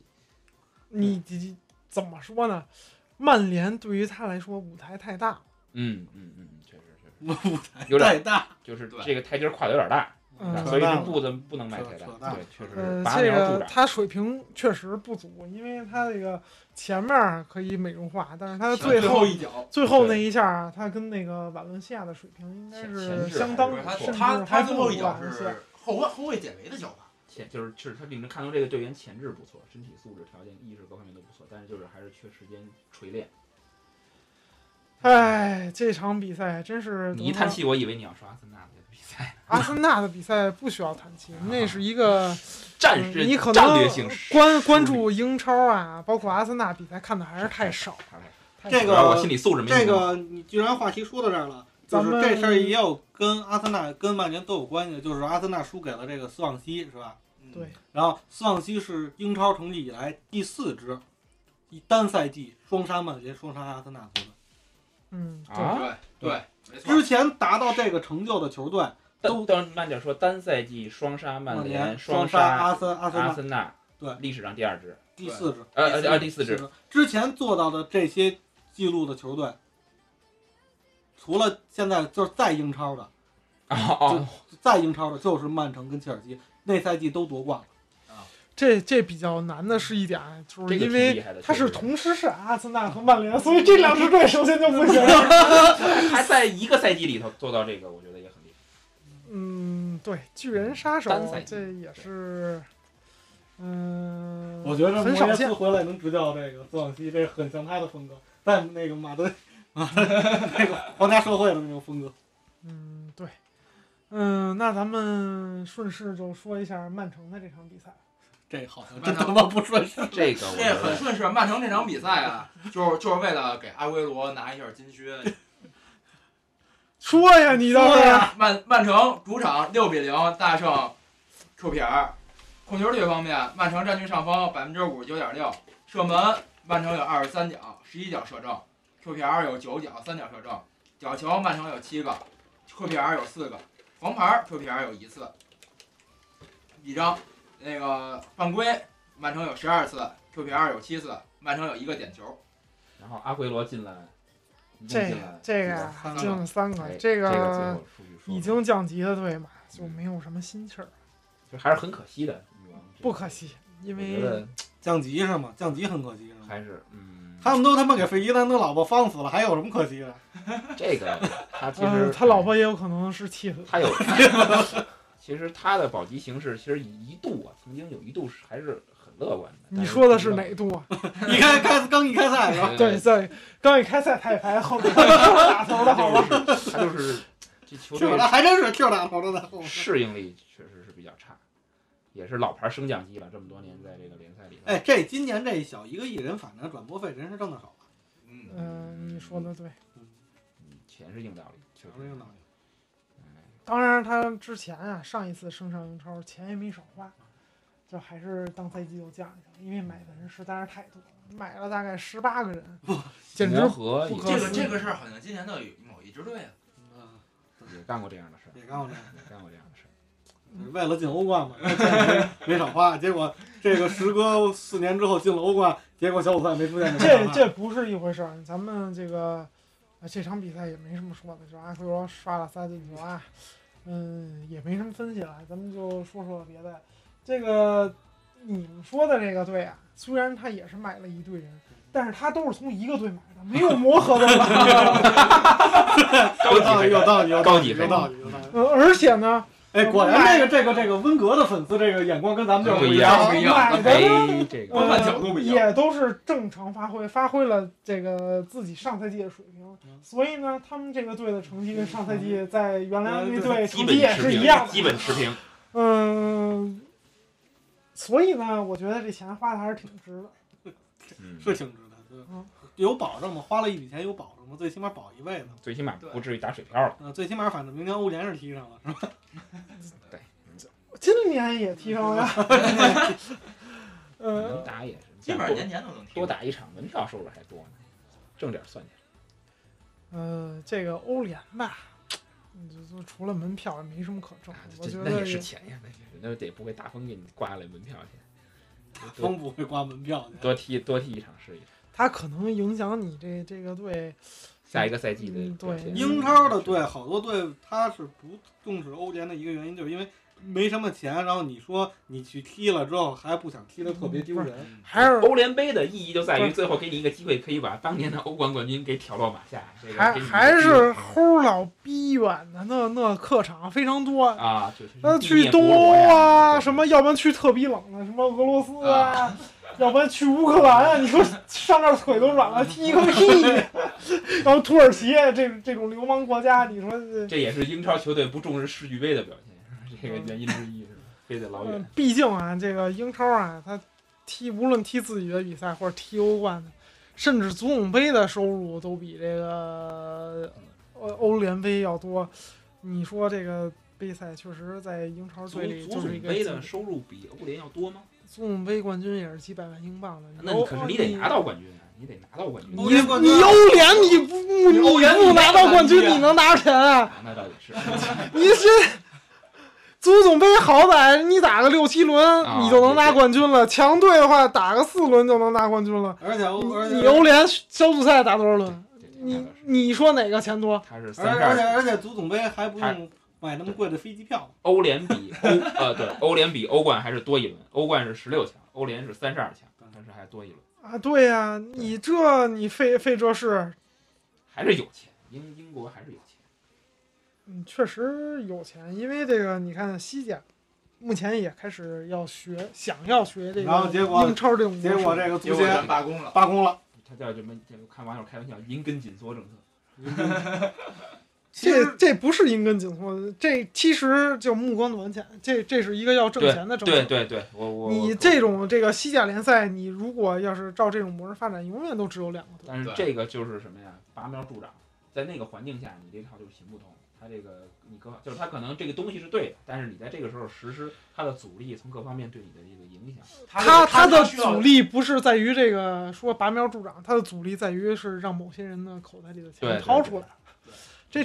Speaker 2: 你你怎么说呢？曼联对于他来说舞台太大了，
Speaker 7: 嗯嗯嗯，确实确实，
Speaker 1: 舞台
Speaker 7: 有点
Speaker 1: 太大，
Speaker 7: 就是
Speaker 6: 对
Speaker 7: 这个台阶跨的有点大，
Speaker 2: 嗯，
Speaker 7: 所以
Speaker 1: 扯
Speaker 7: 这
Speaker 1: 淡
Speaker 7: 步子不能迈
Speaker 1: 扯
Speaker 7: 太
Speaker 1: 扯淡
Speaker 7: 大。对，确实
Speaker 2: 呃
Speaker 7: 是，拔
Speaker 2: 这
Speaker 7: 苗助
Speaker 2: 个
Speaker 7: 长。
Speaker 2: 他水平确实不足，因为他这个前面儿可以美中化，但是他最
Speaker 6: 最
Speaker 2: 后
Speaker 6: 后一脚，
Speaker 2: 最后那一下儿，他跟那个瓦伦西亚的水平应该是相当
Speaker 6: 不是他
Speaker 2: 甚至
Speaker 6: 他
Speaker 2: 还
Speaker 6: 他
Speaker 2: 不
Speaker 6: 最
Speaker 2: 如
Speaker 6: 后一
Speaker 2: 瓦
Speaker 6: 脚
Speaker 2: 伦西亚。
Speaker 6: 是后卫后卫解围的脚法，
Speaker 7: 前就是就是他，你能看出这个队员潜质不错，身体素质、条件、意识各方面都不错，但是就是还是缺时间锤炼。
Speaker 2: 哎，这场比赛真是
Speaker 7: 你一叹，气，我以为你要说阿森纳的比赛，
Speaker 2: 阿森纳的比赛不需要叹气，那
Speaker 7: 啊
Speaker 2: 是一个
Speaker 7: 战
Speaker 2: 嗯
Speaker 7: 士
Speaker 2: 你可能
Speaker 7: 战略性失
Speaker 2: 关关注英超啊，包括阿森纳比赛看的还是太少。
Speaker 7: 常态。
Speaker 2: 太
Speaker 1: 这个
Speaker 2: 少
Speaker 7: 主要我心理素质没
Speaker 1: 这
Speaker 7: 你那么好
Speaker 1: 个你居然话题说到这儿了，就
Speaker 2: 咱
Speaker 1: 是
Speaker 2: 们
Speaker 1: 这事儿也有跟阿森纳、跟曼联都有关系，就是阿森纳输给了这个斯旺西，是吧？
Speaker 6: 嗯
Speaker 2: 对
Speaker 1: 然后斯旺西是英超成绩以来第四支一单赛季双杀曼联、双杀阿森纳的球队。
Speaker 2: 嗯，对
Speaker 7: 啊
Speaker 6: 对对，没错
Speaker 1: 之，前达到这个成就的球队，都
Speaker 7: 但但慢点说，单赛季双杀曼联，
Speaker 1: 联
Speaker 7: 双
Speaker 1: 杀阿森阿森
Speaker 7: 阿
Speaker 1: 纳
Speaker 7: 森纳，
Speaker 1: 对
Speaker 7: 历史上第二支，
Speaker 1: 第四支，
Speaker 7: 呃呃呃第四支，。
Speaker 1: 之前做到的这些记录的球队，除了现在就是在英超的，
Speaker 7: 哦哦，
Speaker 1: 在英超的就是曼城跟切尔西，那赛季都夺冠了。
Speaker 2: 这这比较难的是一点啊，就是
Speaker 7: 这个
Speaker 2: 因
Speaker 7: 挺
Speaker 2: 为
Speaker 7: 厉害的，
Speaker 2: 他是
Speaker 7: 确实
Speaker 2: 同时是阿森纳和曼联，所以这两支队首先就不行。
Speaker 7: 他在一个赛季里头做到这个，我觉得也很厉害。
Speaker 2: 嗯，对，巨人杀手
Speaker 7: 单赛季
Speaker 2: 这也是，嗯，
Speaker 1: 我觉得
Speaker 2: 很
Speaker 1: 莫
Speaker 2: 少
Speaker 1: 耶
Speaker 2: 见
Speaker 1: 斯。回来能执教这个斯旺西，这很像他的风格，在那个马德 那个皇家社会的那种风格。
Speaker 2: 嗯，对，嗯，那咱们顺势就说一下曼城的这场比赛。
Speaker 1: 这好像真他 妈不顺势。
Speaker 7: 这个我觉
Speaker 6: 这很
Speaker 7: 得
Speaker 6: 顺势。曼城这场比赛啊，就是就是为了给阿圭罗拿一下金靴。
Speaker 2: 说呀，你倒是，
Speaker 6: 曼曼城主场六比零大胜 Q P R。控球率方面，曼城占据上风，百分之五十九点六，射门曼城有二十三脚，十一脚射正，Q P R 有九脚，三脚射正，角球曼城有七个，Q P R 有四个，黄牌 Q P R 有一次，比张那个犯规，曼城有十二次，Q P R 有七次，曼城有一个点球。
Speaker 7: 然后阿奎罗进了，一共
Speaker 2: 这
Speaker 7: 进了
Speaker 2: 这个
Speaker 7: 几
Speaker 2: 呀
Speaker 6: 三个
Speaker 2: 进了三
Speaker 7: 哎
Speaker 2: 个，
Speaker 7: 这最
Speaker 2: 个
Speaker 7: 后嗯数据说
Speaker 2: 已
Speaker 7: 了
Speaker 2: 经降级的队嘛，就没有什么新气儿，
Speaker 7: 就还是很可惜的，女王
Speaker 2: 不可，惜，因
Speaker 7: 我觉得
Speaker 2: 为
Speaker 1: 降级是吗？降级很可惜是吗？
Speaker 7: 还是嗯，
Speaker 1: 他们都他妈给费迪南的老婆放死了，还有什么可惜的？
Speaker 7: 这个他其
Speaker 2: 呃，
Speaker 7: 实
Speaker 2: 他老婆也有可能是气死。
Speaker 7: 他有，其实他的保级形势其实一度啊，曾经有一度是还是很乐观的。但
Speaker 2: 你说的是
Speaker 7: 不知道
Speaker 2: 哪度啊？
Speaker 1: 你看开刚一开赛 是吧？
Speaker 2: 对，在刚一开赛他也排后面 打头的好吧？
Speaker 7: 他 就是他就是这球
Speaker 1: 是
Speaker 7: 队
Speaker 1: 吧？还真是 Q 打头的呢。
Speaker 7: 适应力确实是比较差，也是老牌升降机了，这么多年在这个联赛里头。
Speaker 1: 哎，这今年这一小一个亿人，反正转播费真是挣的少吧？啊
Speaker 6: 嗯，
Speaker 2: 嗯，你说的对。
Speaker 7: 嗯，钱是硬道理，确
Speaker 1: 有
Speaker 7: 实
Speaker 1: 这个能力。
Speaker 2: 当然，他之前啊，上一次升上英超钱也没少花，就还是当赛季又降去了，因为买的人实在是太多了，买了大概十八个人，简直
Speaker 7: 磨合
Speaker 2: 不
Speaker 7: 也
Speaker 2: 可
Speaker 6: 这
Speaker 2: 思
Speaker 6: 个
Speaker 2: 议
Speaker 6: 这个事儿好像今年的某一支队啊，
Speaker 1: 嗯，
Speaker 7: 也干过这样的事儿，
Speaker 1: 也干过这
Speaker 7: 也干过这样的事儿。
Speaker 1: 为了进欧冠嘛，没没少花。结果这个时隔四年之后进了欧冠，结果小组赛没出现就没
Speaker 2: 这
Speaker 1: 少花
Speaker 2: 这不是一回事儿。咱们这个、呃、这场比赛也没什么说的，就阿奎罗刷了仨进球啊，嗯，也没什么分析了，咱们就说说别的。这个你们说的这个队啊，虽然他也是买了一队人，但是他都是从一个队买的，没有磨合的吧？
Speaker 1: 有道啊理，有道理，有道
Speaker 7: 高级
Speaker 1: 理，
Speaker 7: 黑
Speaker 1: 有道理，有道理。
Speaker 2: 嗯，而且呢，
Speaker 1: 哎，果然这个这个这个温格的粉丝这个眼光跟咱们就是
Speaker 7: 不
Speaker 1: 一
Speaker 7: 一
Speaker 1: 样。
Speaker 6: 不一样
Speaker 2: 买的呢
Speaker 7: 哎，这个
Speaker 6: 观看角度不一样
Speaker 2: 呃也都是正常发挥，发挥了这个自己上赛季的水平，
Speaker 1: 嗯
Speaker 2: 所以呢，他们这个队的成绩跟上赛季在原来那队
Speaker 7: 基
Speaker 2: 成
Speaker 7: 本
Speaker 2: 绩也
Speaker 7: 持
Speaker 2: 是一
Speaker 7: 平，
Speaker 2: 样
Speaker 7: 基
Speaker 2: 的。
Speaker 7: 本持平。
Speaker 2: 嗯，所以呢，我觉得这钱花的还是挺值的。
Speaker 7: 嗯，
Speaker 1: 是挺值的，对
Speaker 2: 嗯
Speaker 1: 有保证吗？花了一笔钱有保证吗？最起码保一辈子。
Speaker 7: 最起码不至于打水漂了。
Speaker 1: 呃，最起码反正明年欧联是踢上了，是吧？
Speaker 2: 今年也提升了呀。
Speaker 7: 能
Speaker 2: 呃，
Speaker 7: 打也是，
Speaker 6: 基本上年
Speaker 7: 多
Speaker 6: 年都能踢。
Speaker 7: 多打一场，门票收入还多呢，挣点算点。
Speaker 2: 呃，这个欧联吧，嗯就就除了门票也没什么可挣的
Speaker 7: 啊，，
Speaker 2: 我
Speaker 7: 这
Speaker 2: 觉
Speaker 7: 那
Speaker 2: 得
Speaker 7: 也是钱呀，那也那得不会大风给你刮了门票去，多
Speaker 1: 风不会刮门票去。
Speaker 7: 多踢多踢一场是一场。
Speaker 2: 它可能影响你这这个队。
Speaker 7: 下一个赛季的
Speaker 2: 嗯
Speaker 7: 表现
Speaker 2: 对
Speaker 1: 英超的队好多队他是不重视欧联的一个原因，就是因为没什么钱，然后你说你去踢了之后还不想踢的特别丢人。
Speaker 6: 嗯
Speaker 2: 还是
Speaker 7: 欧联杯的意义就在于最后给你一个机会，可以把当年的欧冠冠军给挑落马下。这个
Speaker 2: 还
Speaker 7: 给你一个
Speaker 2: 还
Speaker 7: 机会
Speaker 2: 是齁老逼远的，那那客场非常多。
Speaker 7: 啊，就是
Speaker 2: 那去东欧啊，什么要不然去特别冷的，什么俄罗斯啊，要不然去乌克兰啊。你说上那儿腿都软了，踢个屁！ 然后土耳其啊这这种流氓国家，你说这
Speaker 7: 这也是英超球队不重视世俱杯的表现，这个原因之一是吧飞得老
Speaker 2: 嗯
Speaker 7: 远。
Speaker 2: 毕竟啊，这个英超啊，他踢无论踢自己的比赛或者踢欧冠的，甚至足总杯的收入都比这个呃欧联杯要多。你说这个杯赛确实在英超
Speaker 7: 足
Speaker 2: 队里
Speaker 7: 足
Speaker 2: 就是一
Speaker 7: 总
Speaker 2: 个
Speaker 7: 杯
Speaker 2: 竞
Speaker 7: 的
Speaker 2: 争
Speaker 7: 收入比欧联要多吗？
Speaker 2: 足总杯冠军也是几百万英镑的。
Speaker 7: 那你可是你得拿到冠军啊，你得拿到冠军。
Speaker 1: 欧联冠军
Speaker 2: 哦你欧联你不你
Speaker 1: 欧联
Speaker 2: 不
Speaker 1: 你
Speaker 2: 拿
Speaker 1: 没
Speaker 2: 到
Speaker 1: 拿
Speaker 2: 冠军，
Speaker 1: 冠军啊
Speaker 2: 你能拿着钱啊？
Speaker 7: 啊那倒也是，
Speaker 2: 你这足总杯好歹你打个六七轮，
Speaker 7: 啊
Speaker 2: 你就能拿
Speaker 7: 对对
Speaker 2: 冠军了。强队的话，打个四轮就能拿冠军了。
Speaker 1: 而且欧而且
Speaker 2: 你欧联小组赛打多少轮？
Speaker 7: 对对那
Speaker 2: 你哎
Speaker 7: 倒是。
Speaker 2: 你说哪个钱多？
Speaker 7: 他是
Speaker 1: 而
Speaker 7: 三十
Speaker 1: 而且
Speaker 7: 二，
Speaker 1: 而且足总杯还不用买那么贵的飞机票。
Speaker 7: 欧联比欧呃对，欧联比欧冠还是多一轮，欧冠是十六强，欧联是三十二强，但是还多一轮，
Speaker 2: 啊，对呀、你这你费费这事，
Speaker 7: 还是有钱，英英国还是有钱。
Speaker 2: 嗯，确实有钱，因为这个你看西甲。目前也开始要学，想要学这个
Speaker 1: 然后结果
Speaker 2: 英超这种模式。
Speaker 1: 结果这个
Speaker 6: 结
Speaker 1: 足
Speaker 6: 果
Speaker 1: 协
Speaker 6: 咱罢工了，
Speaker 1: 罢工了。
Speaker 7: 他叫什么？这个看网友开玩笑，银根紧缩政策。
Speaker 1: 其
Speaker 2: 这
Speaker 1: 实
Speaker 2: 这不是银根紧缩，这其实就目光短浅，这这是一个要挣钱的政
Speaker 7: 对
Speaker 2: 策。
Speaker 7: 对对，我我
Speaker 2: 你
Speaker 7: 我
Speaker 2: 这种这个西甲联赛，你如果要是照这种模式发展，永远都只有两个队。
Speaker 7: 但是
Speaker 6: 对
Speaker 7: 这个就是什么呀？拔苗助长，在那个环境下，你这套就行不通。它这个你各就是它可能这个东西是对的，但是你在这个时候实施它的阻力，从各方面对你的这个影响，
Speaker 2: 他
Speaker 6: 他
Speaker 2: 的
Speaker 6: 需要
Speaker 2: 阻力不是在于这个说拔苗助长，他的阻力在于是让某些人的口袋里的
Speaker 7: 对
Speaker 2: 钱
Speaker 7: 对
Speaker 2: 掏出来
Speaker 6: 对，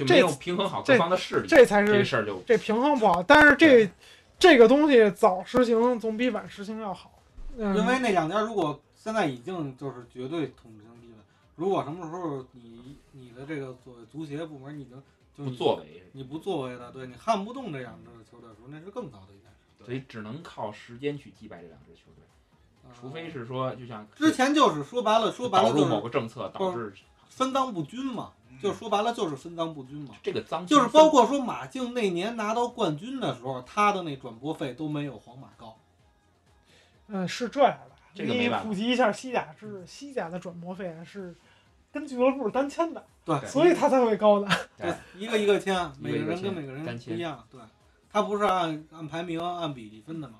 Speaker 2: 这
Speaker 7: 就没有
Speaker 2: 这
Speaker 7: 平衡好
Speaker 2: 这
Speaker 7: 各方的势力，
Speaker 2: 这才
Speaker 7: 这
Speaker 2: 是
Speaker 7: 事儿就
Speaker 2: 这平衡不好。但是这这个东西早实行总比晚实行要好。嗯，
Speaker 1: 因为那两家如果现在已经就是绝对统治性地位，如果什么时候你你的这个所谓足协部门你能就
Speaker 7: 不
Speaker 1: 是
Speaker 7: 作为。
Speaker 1: 你不作为了，对你撼不动这两支球队的时候，那是更糟的一件事。
Speaker 7: 所以只能靠时间去击败这两支球队，
Speaker 1: 呃
Speaker 7: 除非是说，就像
Speaker 1: 之前就是说白了，说白
Speaker 7: 导
Speaker 1: 了
Speaker 7: 入
Speaker 1: 就
Speaker 7: 某
Speaker 1: 是嗯
Speaker 7: 个政策导致
Speaker 1: 分赃不均嘛，
Speaker 6: 嗯
Speaker 1: 就说白了就是分赃不均嘛。
Speaker 7: 这个脏，
Speaker 1: 就是包括说马竞那年拿到冠军的时候，他的那转播费都没有皇马高。
Speaker 2: 嗯，是这样的，
Speaker 7: 这个没
Speaker 2: 你
Speaker 7: 办法
Speaker 2: 普及一下西甲制，西甲的转播费啊是跟俱乐部单签的，
Speaker 1: 对
Speaker 2: 所以它才会高的。
Speaker 1: 对，一个一个签，
Speaker 7: 一个
Speaker 1: 每
Speaker 7: 一个
Speaker 1: 人
Speaker 7: 签
Speaker 1: 跟每个人
Speaker 7: 单
Speaker 1: 不
Speaker 7: 签
Speaker 1: 一样，对，它不是按按排名按比例分的嘛，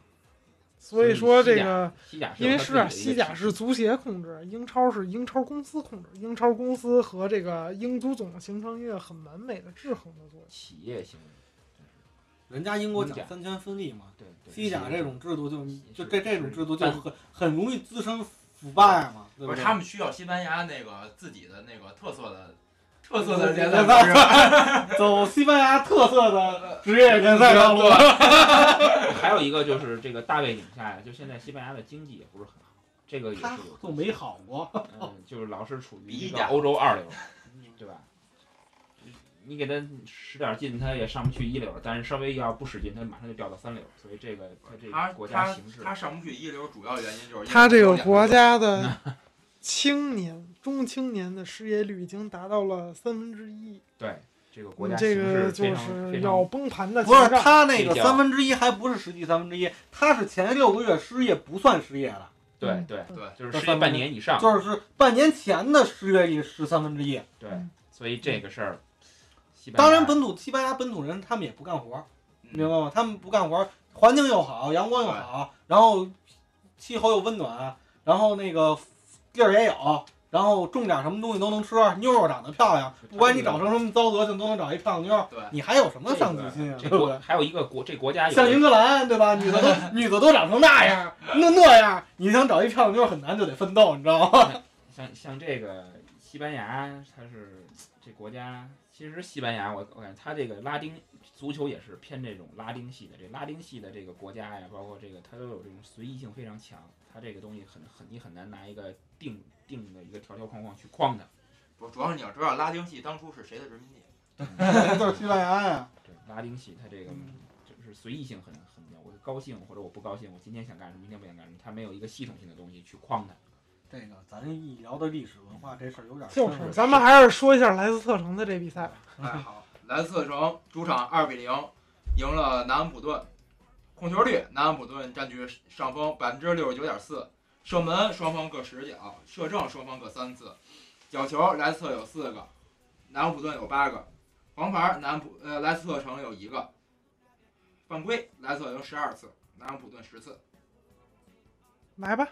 Speaker 2: 所以说这个，
Speaker 7: 西甲
Speaker 2: 因为是啊，
Speaker 7: 啊，
Speaker 2: 西甲是足协控制，英超是英超公司控制，英超公司和这个英足总形成一个很完美的制衡的作用。
Speaker 7: 企业行为，
Speaker 1: 人家英国
Speaker 7: 英
Speaker 1: 讲
Speaker 7: 甲
Speaker 1: 三权分立嘛，
Speaker 7: 对对
Speaker 1: 西甲这种制度就就是这这种制度就
Speaker 7: 但
Speaker 1: 很很容易滋生腐败嘛，对
Speaker 6: 不是
Speaker 1: 对？
Speaker 6: 他们需要西班牙那个自己的那个特色的特色的联
Speaker 1: 联
Speaker 6: 赛
Speaker 1: 赛
Speaker 6: 模式，
Speaker 1: 走西班牙特色的职业联赛道路，
Speaker 7: 还有一个就是这个大背景下呀，就现在西班牙的经济也不是很好，这个也
Speaker 1: 他
Speaker 7: 是有
Speaker 1: 就没好过。
Speaker 7: 嗯，就是老是处于
Speaker 6: 比
Speaker 7: 一
Speaker 6: 一
Speaker 7: 个
Speaker 6: 甲
Speaker 7: 欧洲二流，对吧？你给他使点劲，他也上不去一流，但是稍微要不使劲，他马上就掉到三流，所以这个他这
Speaker 6: 他
Speaker 7: 个国家形势
Speaker 6: 他，他上不去一流，主要原因就是
Speaker 2: 它这个国 家的青年、中青年的失业率已经达到了三分之一，
Speaker 7: 对这个国
Speaker 2: 你
Speaker 7: 家形
Speaker 2: 嗯这个
Speaker 7: 势
Speaker 2: 就
Speaker 7: 非常
Speaker 2: 是
Speaker 7: 非
Speaker 2: 要
Speaker 7: 常
Speaker 2: 崩盘的
Speaker 1: 不是
Speaker 2: 情况。
Speaker 1: 他那个
Speaker 7: 比较
Speaker 1: 三分之一还不是实际三分之一，他是前六个月失业不算失业了，
Speaker 7: 对
Speaker 2: 嗯
Speaker 7: 对
Speaker 6: 对
Speaker 7: 就是
Speaker 1: 这
Speaker 7: 失业
Speaker 1: 三
Speaker 7: 半
Speaker 1: 分
Speaker 7: 年以上，
Speaker 1: 就是半年前的失业率是三分之一。
Speaker 7: 对
Speaker 2: 嗯，
Speaker 7: 所以这个事儿，西班牙
Speaker 1: 当然，本土西班牙本土人他们也不干活，明白吗？他们不干活，环境又好，阳光又好，然后气候又温暖，然后那个地儿也有，然后种点什么东西都能吃，妞儿长得漂亮，不管你长成什么糟德性，都能找一漂亮妞儿，
Speaker 6: 对
Speaker 1: 你还有什么
Speaker 7: 这
Speaker 1: 上
Speaker 7: 个
Speaker 1: 进心啊？
Speaker 7: 这
Speaker 1: 对不
Speaker 7: 国
Speaker 1: 对？
Speaker 7: 还有一个国这国家有
Speaker 1: 像
Speaker 7: 一
Speaker 1: 英格兰对 吧？女的都女的都长成那样那那样，你想找一漂亮妞儿很难，就得奋斗，你知道吗？
Speaker 7: 像像这个西班牙，它是这国家，其实西班牙我我感觉它这个拉丁足球也是偏这种拉丁系的，这拉丁系的这个国家呀，包括这个它都有这种随意性非常强，它这个东西很很你很难拿一个定定的一个条条框框去框 它。
Speaker 6: 不，主要是你要知道拉丁系当初是谁的殖民地，
Speaker 1: 就是西班牙呀，
Speaker 7: 嗯对，拉丁系它这个
Speaker 1: 嗯
Speaker 7: 就是随意性很很强，我高兴或者我不高兴，我今天想干什么，明天不想干什么，它没有一个系统性的东西去框
Speaker 1: 哎
Speaker 7: 它。
Speaker 1: 这个咱一聊到历史文化这事儿有点
Speaker 2: 就
Speaker 1: 深
Speaker 7: 嗯
Speaker 2: 是，
Speaker 1: 了
Speaker 2: 咱们还是说一下莱斯特城的这比赛吧。
Speaker 6: 哎，好，蓝色城主场二比零赢了南安普顿，控球率南安普顿占据上风百分之六十九点四，射门双方各十脚，射正双方各三次，角球莱斯特有四个，南安普顿有八个，黄牌南安普呃莱斯特城有一个，犯规莱斯特有十二次，南安普顿十次，
Speaker 2: 来吧，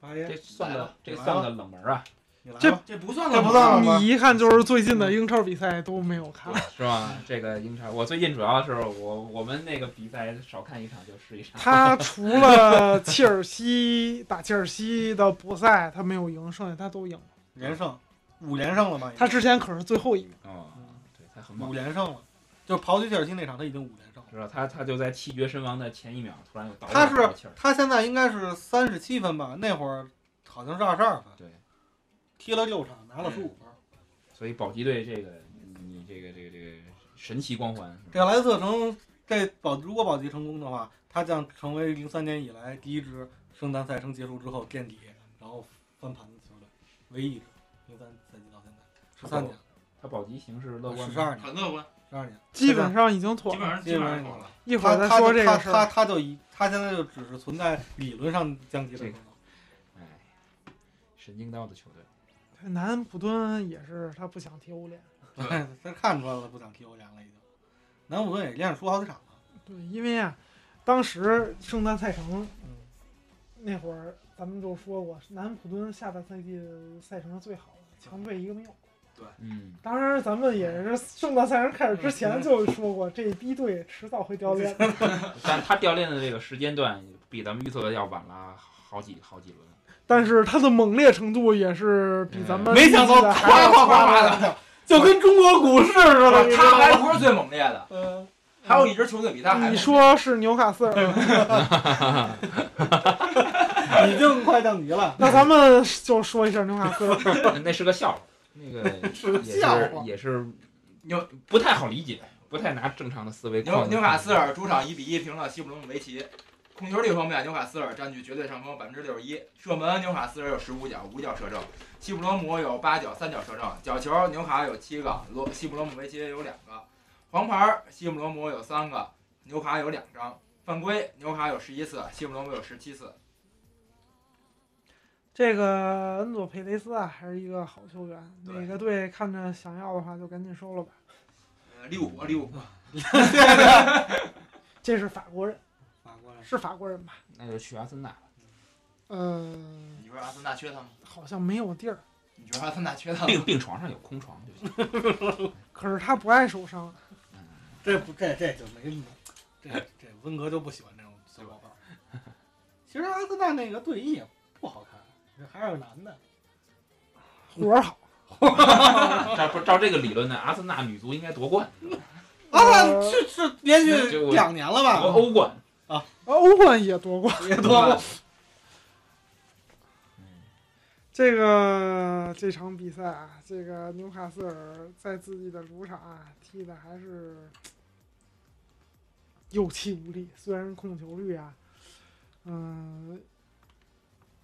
Speaker 1: 八爷
Speaker 7: 这算
Speaker 6: 来
Speaker 7: 个
Speaker 6: 吧
Speaker 7: 这算个冷门啊，
Speaker 1: 哎你来
Speaker 2: 这
Speaker 1: 吧
Speaker 6: 这不算
Speaker 1: 这
Speaker 6: 冷
Speaker 1: 不
Speaker 6: 门
Speaker 1: 算冷门
Speaker 2: 你一看就是最近的英超比赛都没有看。
Speaker 7: 啊是吧？这个英超，我最近主要是我我们那个比赛少看一场就是一场。
Speaker 2: 他除了切尔西打切尔西的补赛他没有赢，剩下他都赢了。
Speaker 1: 连胜，五连胜了吗？已经
Speaker 2: 他之前可是最后一名，
Speaker 7: 哦，对他很
Speaker 1: 五
Speaker 7: 猛，
Speaker 1: 连胜了，就刨去切尔西那场，他已经五连胜了。
Speaker 7: 知道他他就在气绝身亡的前一秒突然又倒
Speaker 1: 他
Speaker 7: 了
Speaker 1: 是
Speaker 7: 口气儿，
Speaker 1: 他现在应该是三十七分吧，那会儿好像是二十二分，
Speaker 7: 对，
Speaker 1: 踢了六场，拿了十五分。
Speaker 2: 嗯
Speaker 7: 所以保级队这个你这个这个这个神奇光环，
Speaker 1: 这个莱斯特城这保如果保级成功的话，他将成为零三年以来第一支圣诞赛程结束之后垫底然后翻盘的球队，唯一一支。零三赛季到现在十三年，
Speaker 7: 他保级形势乐观吗，
Speaker 1: 十二年，
Speaker 6: 很乐观，
Speaker 1: 十二年，
Speaker 2: 基本上已经妥
Speaker 6: 基
Speaker 2: 了。
Speaker 6: 本上基本上妥了。
Speaker 2: 一会
Speaker 1: 他
Speaker 2: 儿
Speaker 1: 他
Speaker 2: 再说这
Speaker 1: 他
Speaker 2: 个事
Speaker 1: 他
Speaker 2: 儿。
Speaker 1: 他就一他现在就只是存在理论上降级的可能。
Speaker 7: 哎，神经刀的球队，
Speaker 2: 南安普顿也是他不想踢欧联，
Speaker 1: 对，这看出来了，不想踢欧联了已经。南普顿也连着输好几场了。
Speaker 2: 对，因为啊，当时圣诞赛程
Speaker 1: 嗯，
Speaker 2: 那会儿咱们就说过，南安普顿下半赛季的赛程是最好的，强队一个没有。
Speaker 7: 嗯，
Speaker 2: 当然，咱们也是圣诞赛程开始之前就说过，这逼队迟早会掉链子。
Speaker 7: 但他掉链的这个时间段比咱们预测的要晚了好几好几轮，
Speaker 2: 但是他的猛烈程度也是比咱们
Speaker 1: 没想到
Speaker 2: 预计的还要
Speaker 1: 夸夸夸夸的，就跟中国股市似的，你知
Speaker 6: 他
Speaker 1: 道
Speaker 6: 还
Speaker 1: 吗？
Speaker 6: 不是最猛烈的，
Speaker 1: 嗯，
Speaker 6: 还有一支球队比他还猛烈
Speaker 2: 你说是纽卡斯尔吗？
Speaker 1: 已经快降级了。
Speaker 2: 那咱们就说一下纽卡斯 尔。
Speaker 7: 嗯那是个笑话，那个
Speaker 1: 是个
Speaker 7: 也
Speaker 1: 笑话
Speaker 7: 是也是
Speaker 6: 牛
Speaker 7: 不太好理解，不太拿正常的思维
Speaker 6: 纽
Speaker 7: 框。
Speaker 6: 纽卡斯尔主场一比一平了西布隆维奇。控球率方面，纽卡斯尔占据绝对上风，百分之六十一。射门，纽卡斯尔有十五脚，五脚射正；西布罗姆有八脚，三脚射正。角球，纽卡有七个，罗西布罗姆维奇有两个。黄牌，西布罗姆有三个，纽卡有两张。犯规，纽卡有十一次，西姆罗姆有十七次。
Speaker 2: 这个恩佐佩雷斯啊，还是一个好球员。
Speaker 6: 对
Speaker 2: 哪个队看着想要的话，就赶紧收了吧。
Speaker 6: 呃，利物浦，利物
Speaker 7: 嗯
Speaker 6: 浦，
Speaker 2: 这是法国人，
Speaker 1: 法国人
Speaker 2: 是法国人吧？
Speaker 7: 那就去阿森纳吧。
Speaker 2: 嗯，
Speaker 6: 你觉得阿森纳缺他吗？
Speaker 2: 好像没有地儿。
Speaker 6: 你觉得阿森纳缺他吗？
Speaker 7: 病病床上有空床就行。
Speaker 2: 可是他不爱受伤，
Speaker 1: 这不这这就没这这温格就不喜欢这种小宝宝。其实阿森纳那个队医也不好看，还是个男的。
Speaker 2: 活儿好。
Speaker 7: 照不照这个理论呢，阿森纳女足应该夺冠，
Speaker 1: 啊，
Speaker 2: 呃
Speaker 1: 是是连续
Speaker 7: 就我
Speaker 1: 两年了吧？
Speaker 7: 夺欧冠。
Speaker 2: 欧冠也夺过。
Speaker 1: 也多了。
Speaker 2: 这个这场比赛啊，这个纽卡斯尔在自己的主场啊踢的还是有气无力，虽然控球率啊，嗯、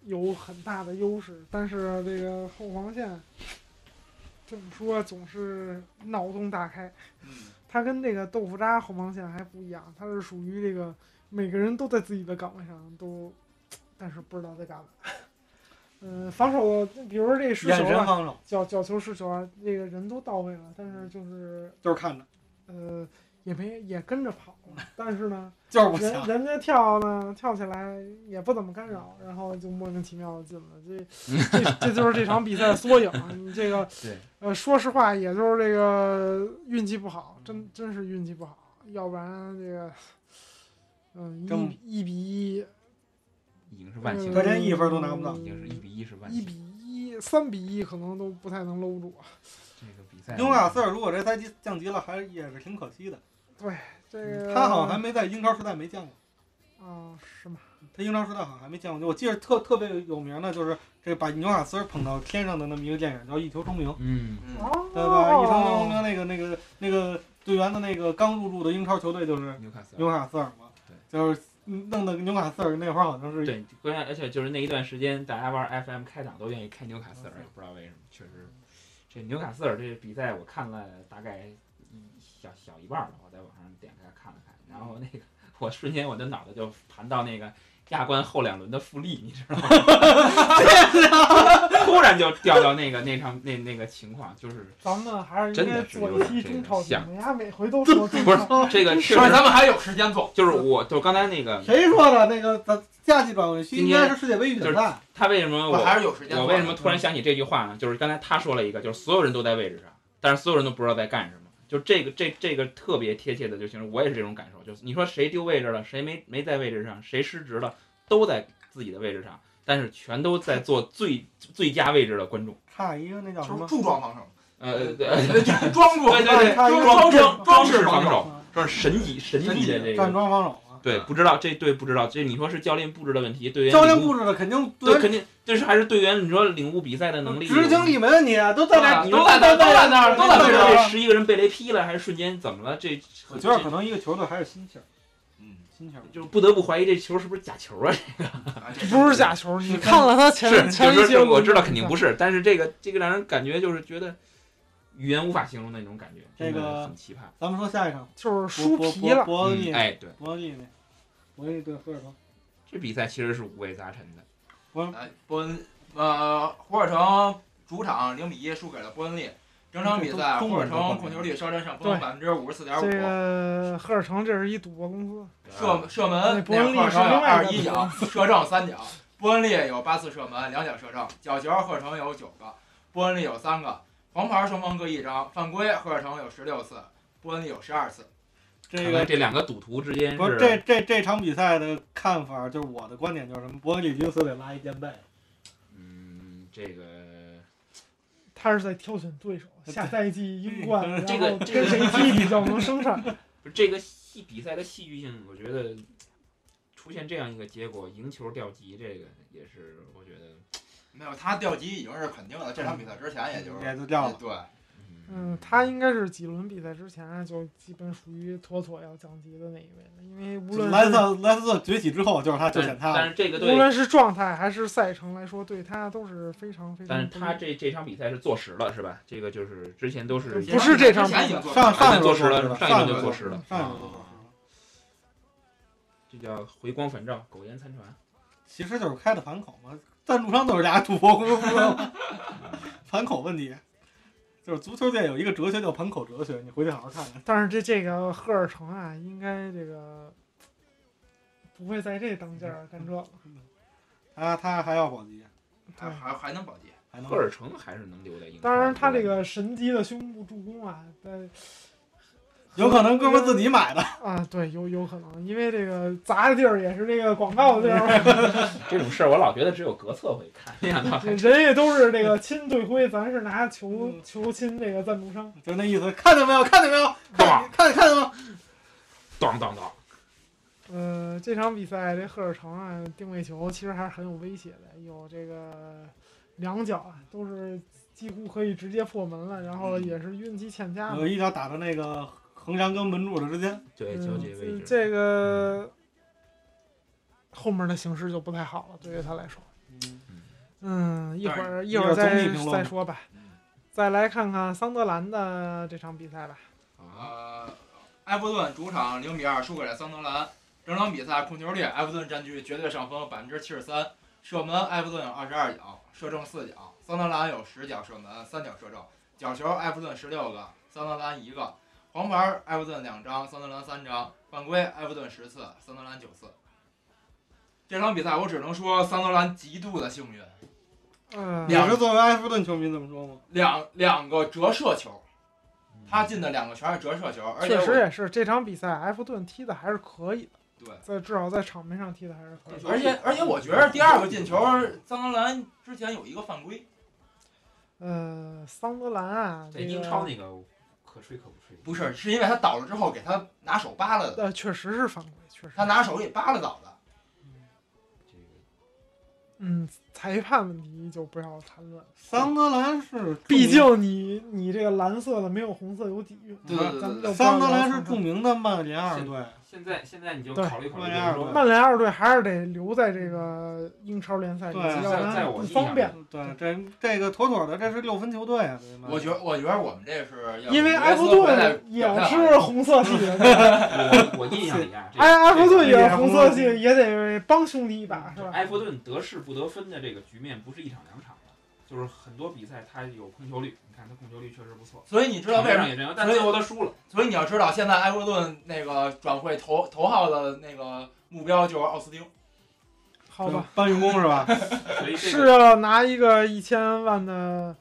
Speaker 2: 有很大的优势，但是这个后防线这么说总是脑洞大开。
Speaker 6: 嗯，
Speaker 2: 他跟这个豆腐渣后防线还不一样，他是属于这个每个人都在自己的岗位上都，但是不知道在干嘛。 嗯，防守，比如说这失球
Speaker 1: 眼神
Speaker 2: 啊，
Speaker 1: 防守
Speaker 2: 角角球失球啊，这个人都到位了，但是就是
Speaker 1: 就是看着，
Speaker 2: 呃也没也跟着跑了，但是 呢，
Speaker 1: 就是不
Speaker 2: 人
Speaker 1: 行。
Speaker 2: 人家跳呢跳起来也不怎么干扰，然后就莫名其妙的进了，这这这就是这场比赛的缩影啊！你这个
Speaker 7: 对，
Speaker 2: 呃，说实话，也就是这个运气不好，
Speaker 7: 嗯
Speaker 2: 真真是运气不好，要不然这个，嗯、
Speaker 1: 真
Speaker 2: 一一比一，
Speaker 7: 已经是万幸
Speaker 2: 嗯
Speaker 7: 了，
Speaker 1: 可连一分都拿不到
Speaker 7: 已经是一比一是万
Speaker 2: 一
Speaker 7: 幸。
Speaker 2: 比一，三比一可能都不太能搂住啊。
Speaker 7: 这个比赛，
Speaker 1: 纽卡斯尔如果这赛季降级了，还是也是挺可惜的。
Speaker 2: 这个
Speaker 1: 嗯他好像还没在英超时代没见过，
Speaker 2: 啊，是吗？
Speaker 1: 他英超时代好像还没见过。我记得特特别有名的就是这把纽卡斯尔捧到天上的那么一个电影叫《一球成名》，
Speaker 7: 嗯，
Speaker 6: 嗯，
Speaker 2: 哦，
Speaker 1: 对吧？一球成名那个那个那个队员的那个刚入驻的英超球队就是
Speaker 7: 纽卡斯尔
Speaker 1: 纽。卡斯尔嘛
Speaker 7: 对，
Speaker 1: 就是弄得纽卡斯尔那会儿好像是
Speaker 7: 对，关键而且就是那一段时间，大家玩 FM 开档都愿意开纽卡斯尔，也不知道为什么，确实，这纽卡斯尔这比赛我看了大概一小小一半儿吧，我在网上点开看了看，然后那个我瞬间我的脑袋就盘到那个亚冠后两轮的复利，你知道吗？ 突然就掉到那个那场那那个情况，就是
Speaker 2: 咱们还是应
Speaker 7: 真
Speaker 2: 该
Speaker 7: 的是
Speaker 2: 做
Speaker 7: 有
Speaker 2: 一
Speaker 7: 点
Speaker 2: 期
Speaker 7: 这
Speaker 2: 中
Speaker 7: 个
Speaker 2: 超节
Speaker 7: 像
Speaker 2: 目，人家每回都说中
Speaker 7: 不是
Speaker 2: 超。
Speaker 7: 这个确
Speaker 6: 所
Speaker 7: 实
Speaker 6: 以哦咱们还有时间做。
Speaker 7: 就是我就刚才那个
Speaker 1: 谁说的？那个咱夏季转会期
Speaker 7: 今
Speaker 1: 应
Speaker 7: 天
Speaker 1: 该是世界杯预选赛，
Speaker 7: 他为什么
Speaker 6: 我
Speaker 7: 我
Speaker 6: 还是有时间做。
Speaker 7: 我为什么突然想起这句话呢？就是刚才他说了一个，就是所有人都在位置上，但是所有人都不知道在干什么。就这个这这个特别贴切的就形容我也是这种感受，就是你说谁丢位置了，谁没没在位置上，谁失职了，都在自己的位置上，但是全都在做最最佳位置的观众。
Speaker 1: 差一个那叫什
Speaker 6: 就是
Speaker 1: 么？
Speaker 6: 柱状防 守，
Speaker 7: 呃，对呃
Speaker 6: 装住，
Speaker 7: 对对对，
Speaker 1: 差一个
Speaker 7: 装装装饰
Speaker 6: 防
Speaker 7: 防
Speaker 6: 守
Speaker 7: 守，说是神级神级的这
Speaker 1: 站
Speaker 7: 个，
Speaker 1: 桩防守啊。
Speaker 7: 对，不知道这队不知道这你说是教练布置的问题，队员
Speaker 1: 教练
Speaker 7: 领悟
Speaker 1: 布置的肯定
Speaker 7: 对
Speaker 1: 对，
Speaker 7: 肯定这是还是队员你说领悟比赛的能力
Speaker 1: 执行力没问题啊，都在那，
Speaker 7: 啊
Speaker 1: 你
Speaker 7: 都
Speaker 1: 们
Speaker 7: 在那儿
Speaker 1: 都在那
Speaker 7: 都
Speaker 1: 都
Speaker 7: 在
Speaker 1: 在
Speaker 7: 这
Speaker 1: 那
Speaker 7: 这
Speaker 1: 儿。啊
Speaker 7: 十一个人被雷劈了，还是瞬间怎么了？这
Speaker 1: 我觉得可能一个球队还是心气儿，
Speaker 6: 嗯，
Speaker 1: 心气儿。
Speaker 7: 就不得不怀疑这球是不是假球啊？
Speaker 6: 啊这
Speaker 2: 不是假球，你看了他前前
Speaker 7: 就
Speaker 2: 一
Speaker 7: 是
Speaker 2: 节，
Speaker 7: 我知道肯
Speaker 1: 嗯
Speaker 7: 定不是，但是这个这个让人感觉就是觉得语言无法形容的那种感觉，真
Speaker 1: 这
Speaker 7: 的
Speaker 1: 个
Speaker 7: 很奇葩。
Speaker 1: 咱们说下一场，
Speaker 2: 就是
Speaker 1: 博
Speaker 2: 输
Speaker 1: 博
Speaker 2: 皮了。
Speaker 1: 博恩利
Speaker 7: 嗯，，哎，对，
Speaker 1: 博恩利那，博恩利对赫尔城，
Speaker 7: 这比赛其实是五味杂陈的。
Speaker 6: 哎，波恩，呃，胡尔城主场零比一输给了波恩利。整场比赛，
Speaker 1: 中中
Speaker 6: 胡尔
Speaker 1: 文都不
Speaker 6: 城
Speaker 1: 懂
Speaker 6: 控球率稍占上
Speaker 2: 对
Speaker 6: 风，百分之五十四点
Speaker 2: 这
Speaker 6: 五。
Speaker 2: 个赫尔城这是一赌博公司，
Speaker 7: 呃
Speaker 6: 射射
Speaker 2: 那
Speaker 6: 门，
Speaker 2: 伯恩利
Speaker 6: 赫尔城有二
Speaker 2: 是
Speaker 6: 一
Speaker 2: 另外一个
Speaker 6: 脚，射正三脚。波恩利有八次射门，两脚射正。角球，赫尔城有九个，波恩利有三个。黄牌双方各一张，犯规，赫尔城有十六次，波恩利有十二次。
Speaker 1: 这
Speaker 7: 看来
Speaker 1: 个
Speaker 7: 这两个赌徒之间
Speaker 1: 不
Speaker 7: 是
Speaker 1: 是这这这场比赛的看法，就是我的观点就是什么？博恩利绝对得拉一肩背，
Speaker 7: 嗯，这个
Speaker 2: 他是在挑选对手，下赛季英冠，然
Speaker 7: 嗯这个
Speaker 2: 后
Speaker 7: 这
Speaker 2: 跟
Speaker 7: 个
Speaker 2: 谁踢比较能生产？
Speaker 7: 不是这个戏比赛的戏剧性，我觉得出现这样一个结果，赢球掉级，这个也是我觉得，
Speaker 6: 没有，他调级已经是肯定的。这场比赛之前，也就是
Speaker 1: 也就掉了。
Speaker 6: 对，
Speaker 2: 嗯，他应该是几轮比赛之前啊就基本属于妥妥要降级的那一位了，因为无论
Speaker 1: 莱斯
Speaker 2: 是
Speaker 1: 特莱斯特崛起之后，就是他就
Speaker 7: 但
Speaker 1: 选他
Speaker 7: 但
Speaker 1: 了。
Speaker 7: 是这个
Speaker 2: 无
Speaker 7: 队
Speaker 2: 论是状态还是赛程来说，对他都是非常非常
Speaker 7: 但
Speaker 2: 不
Speaker 7: 是
Speaker 2: 利。
Speaker 7: 他这这场比赛是坐实了，是吧？这个就是之前都是
Speaker 2: 不是这场比
Speaker 6: 之
Speaker 2: 赛
Speaker 6: 前已经做
Speaker 1: 上
Speaker 6: 了
Speaker 1: 上一轮
Speaker 7: 坐实
Speaker 1: 就
Speaker 7: 了
Speaker 1: 坐
Speaker 7: 上一轮
Speaker 1: 一
Speaker 7: 就坐
Speaker 1: 轮坐
Speaker 7: 实了
Speaker 1: 上一轮就坐实了。
Speaker 7: 这叫回光返照，苟延残喘。
Speaker 1: 其实就是开的盘口嘛，赞助商都是俩赌博公司，盘口问题。就是足球界有一个哲学叫盘口哲学，你回去好好看看。
Speaker 2: 但是这这个赫尔城啊，应该这个不会在这当家儿干
Speaker 1: 嗯
Speaker 2: 这个。
Speaker 1: 他他还要保级，
Speaker 6: 还
Speaker 2: 对
Speaker 6: 还还能保级，
Speaker 1: 还能
Speaker 7: 赫尔城还是能留在英超。
Speaker 2: 当然，他这个神级的胸部助攻啊，但
Speaker 1: 有可能哥们儿自己买的，
Speaker 2: 啊，对，有有可能，因为这个砸的地儿也是这个广告的地儿，
Speaker 7: 这种事儿，我老觉得只有格策会看，没 想到还
Speaker 2: 人家都是这个亲队徽，咱是拿球
Speaker 1: 嗯
Speaker 2: 球亲这个赞助商。
Speaker 1: 就那意思。看见没有？看见没有？看看看见没有？
Speaker 7: 当当当。
Speaker 2: 呃，这场比赛这赫尔城啊，定位球其实还是很有威胁的，有这个两脚啊，都是几乎可以直接破门了，然后也是运气欠佳嘛。
Speaker 1: 有一脚打到那个横梁跟门柱的之间，
Speaker 7: 对，
Speaker 2: 嗯
Speaker 7: 纠结位置。
Speaker 2: 这个后面的形势就不太好了，对于他来说。嗯，一会儿一会
Speaker 1: 一会
Speaker 2: 儿
Speaker 1: 儿
Speaker 2: 再
Speaker 1: 综艺评论吧
Speaker 2: 再说吧。再来看看桑德兰的这场比赛吧。
Speaker 7: 啊，
Speaker 6: 呃，埃弗顿主场零比二输给了桑德兰。整场比赛控球率，埃弗顿占据绝对上风，百分之七十三。射门，埃弗顿有二十二脚，射正四脚；桑德兰有十脚射门，三脚射正。角球，埃弗顿十六个，桑德兰一个。黄牌，埃弗顿两张，桑德兰三张。犯规，埃弗顿十次，桑德兰九次。这场比赛我只能说桑德兰极度的幸运，
Speaker 2: 嗯、
Speaker 1: 你是作为埃弗顿球迷这么说吗？
Speaker 6: 两两个折射球，他进的两个全是折射球，而且
Speaker 2: 确
Speaker 6: 我
Speaker 2: 实也是这场比赛，埃弗顿踢的还是可以的，
Speaker 6: 对。
Speaker 2: 在至少在场面上踢的还是可以的。
Speaker 6: 而且而且我觉得第二个进球，张德兰之前有一个犯规，
Speaker 2: 呃，桑德兰啊，
Speaker 7: 这
Speaker 2: 这
Speaker 7: 英超
Speaker 2: 个
Speaker 7: 那个可吹可不吹。
Speaker 6: 不是是因为他倒了之后给他拿手扒拉的，
Speaker 2: 呃确实是犯规，确实
Speaker 6: 他拿手给扒拉倒的。
Speaker 7: 这个，
Speaker 2: 嗯，裁判问题就不要谈论，
Speaker 1: 桑德兰是，
Speaker 2: 毕竟你你这个蓝色的没有红色有底蕴。
Speaker 6: 对对
Speaker 2: 咱们
Speaker 6: 对
Speaker 2: 就
Speaker 6: 对，
Speaker 1: 桑德兰是著名的曼联二队，
Speaker 7: 现在现在你就
Speaker 2: 对
Speaker 7: 考虑考虑，
Speaker 1: 万
Speaker 7: 就
Speaker 1: 一二
Speaker 7: 是说
Speaker 1: 吧
Speaker 2: 曼联二队还是得留在这个英超联赛里，
Speaker 1: 对
Speaker 2: 要不
Speaker 7: 在
Speaker 2: 然
Speaker 7: 我
Speaker 2: 不
Speaker 7: 印
Speaker 2: 方
Speaker 7: 象
Speaker 2: 便。
Speaker 1: 对，这这个妥妥的，这是六分球队啊！
Speaker 7: 嗯
Speaker 6: 我觉我觉得我们这是要
Speaker 2: 因为埃弗
Speaker 6: 回来
Speaker 2: 顿也
Speaker 6: 表态
Speaker 2: 是红色系，的，
Speaker 7: 我我印象里啊，这个
Speaker 2: 埃埃弗顿
Speaker 7: 这
Speaker 2: 也是红色系，也得帮兄弟一把，是
Speaker 7: 个
Speaker 2: 吧？
Speaker 7: 埃弗顿得势不得分的这个局面不是一场两场的，就是很多比赛他有控球率，你看他控球率确实不错，
Speaker 6: 所以你知道
Speaker 7: 场
Speaker 6: 为
Speaker 7: 面上也
Speaker 6: 什么？
Speaker 7: 这样，但最后他输了。
Speaker 6: 所以你要知道，现在埃弗顿那个转会头头号的那个目标就是奥斯汀，
Speaker 2: 好吧，，
Speaker 1: 搬运工是 吧？
Speaker 7: 所以这
Speaker 2: 是
Speaker 7: 个
Speaker 2: 要拿一个一千万的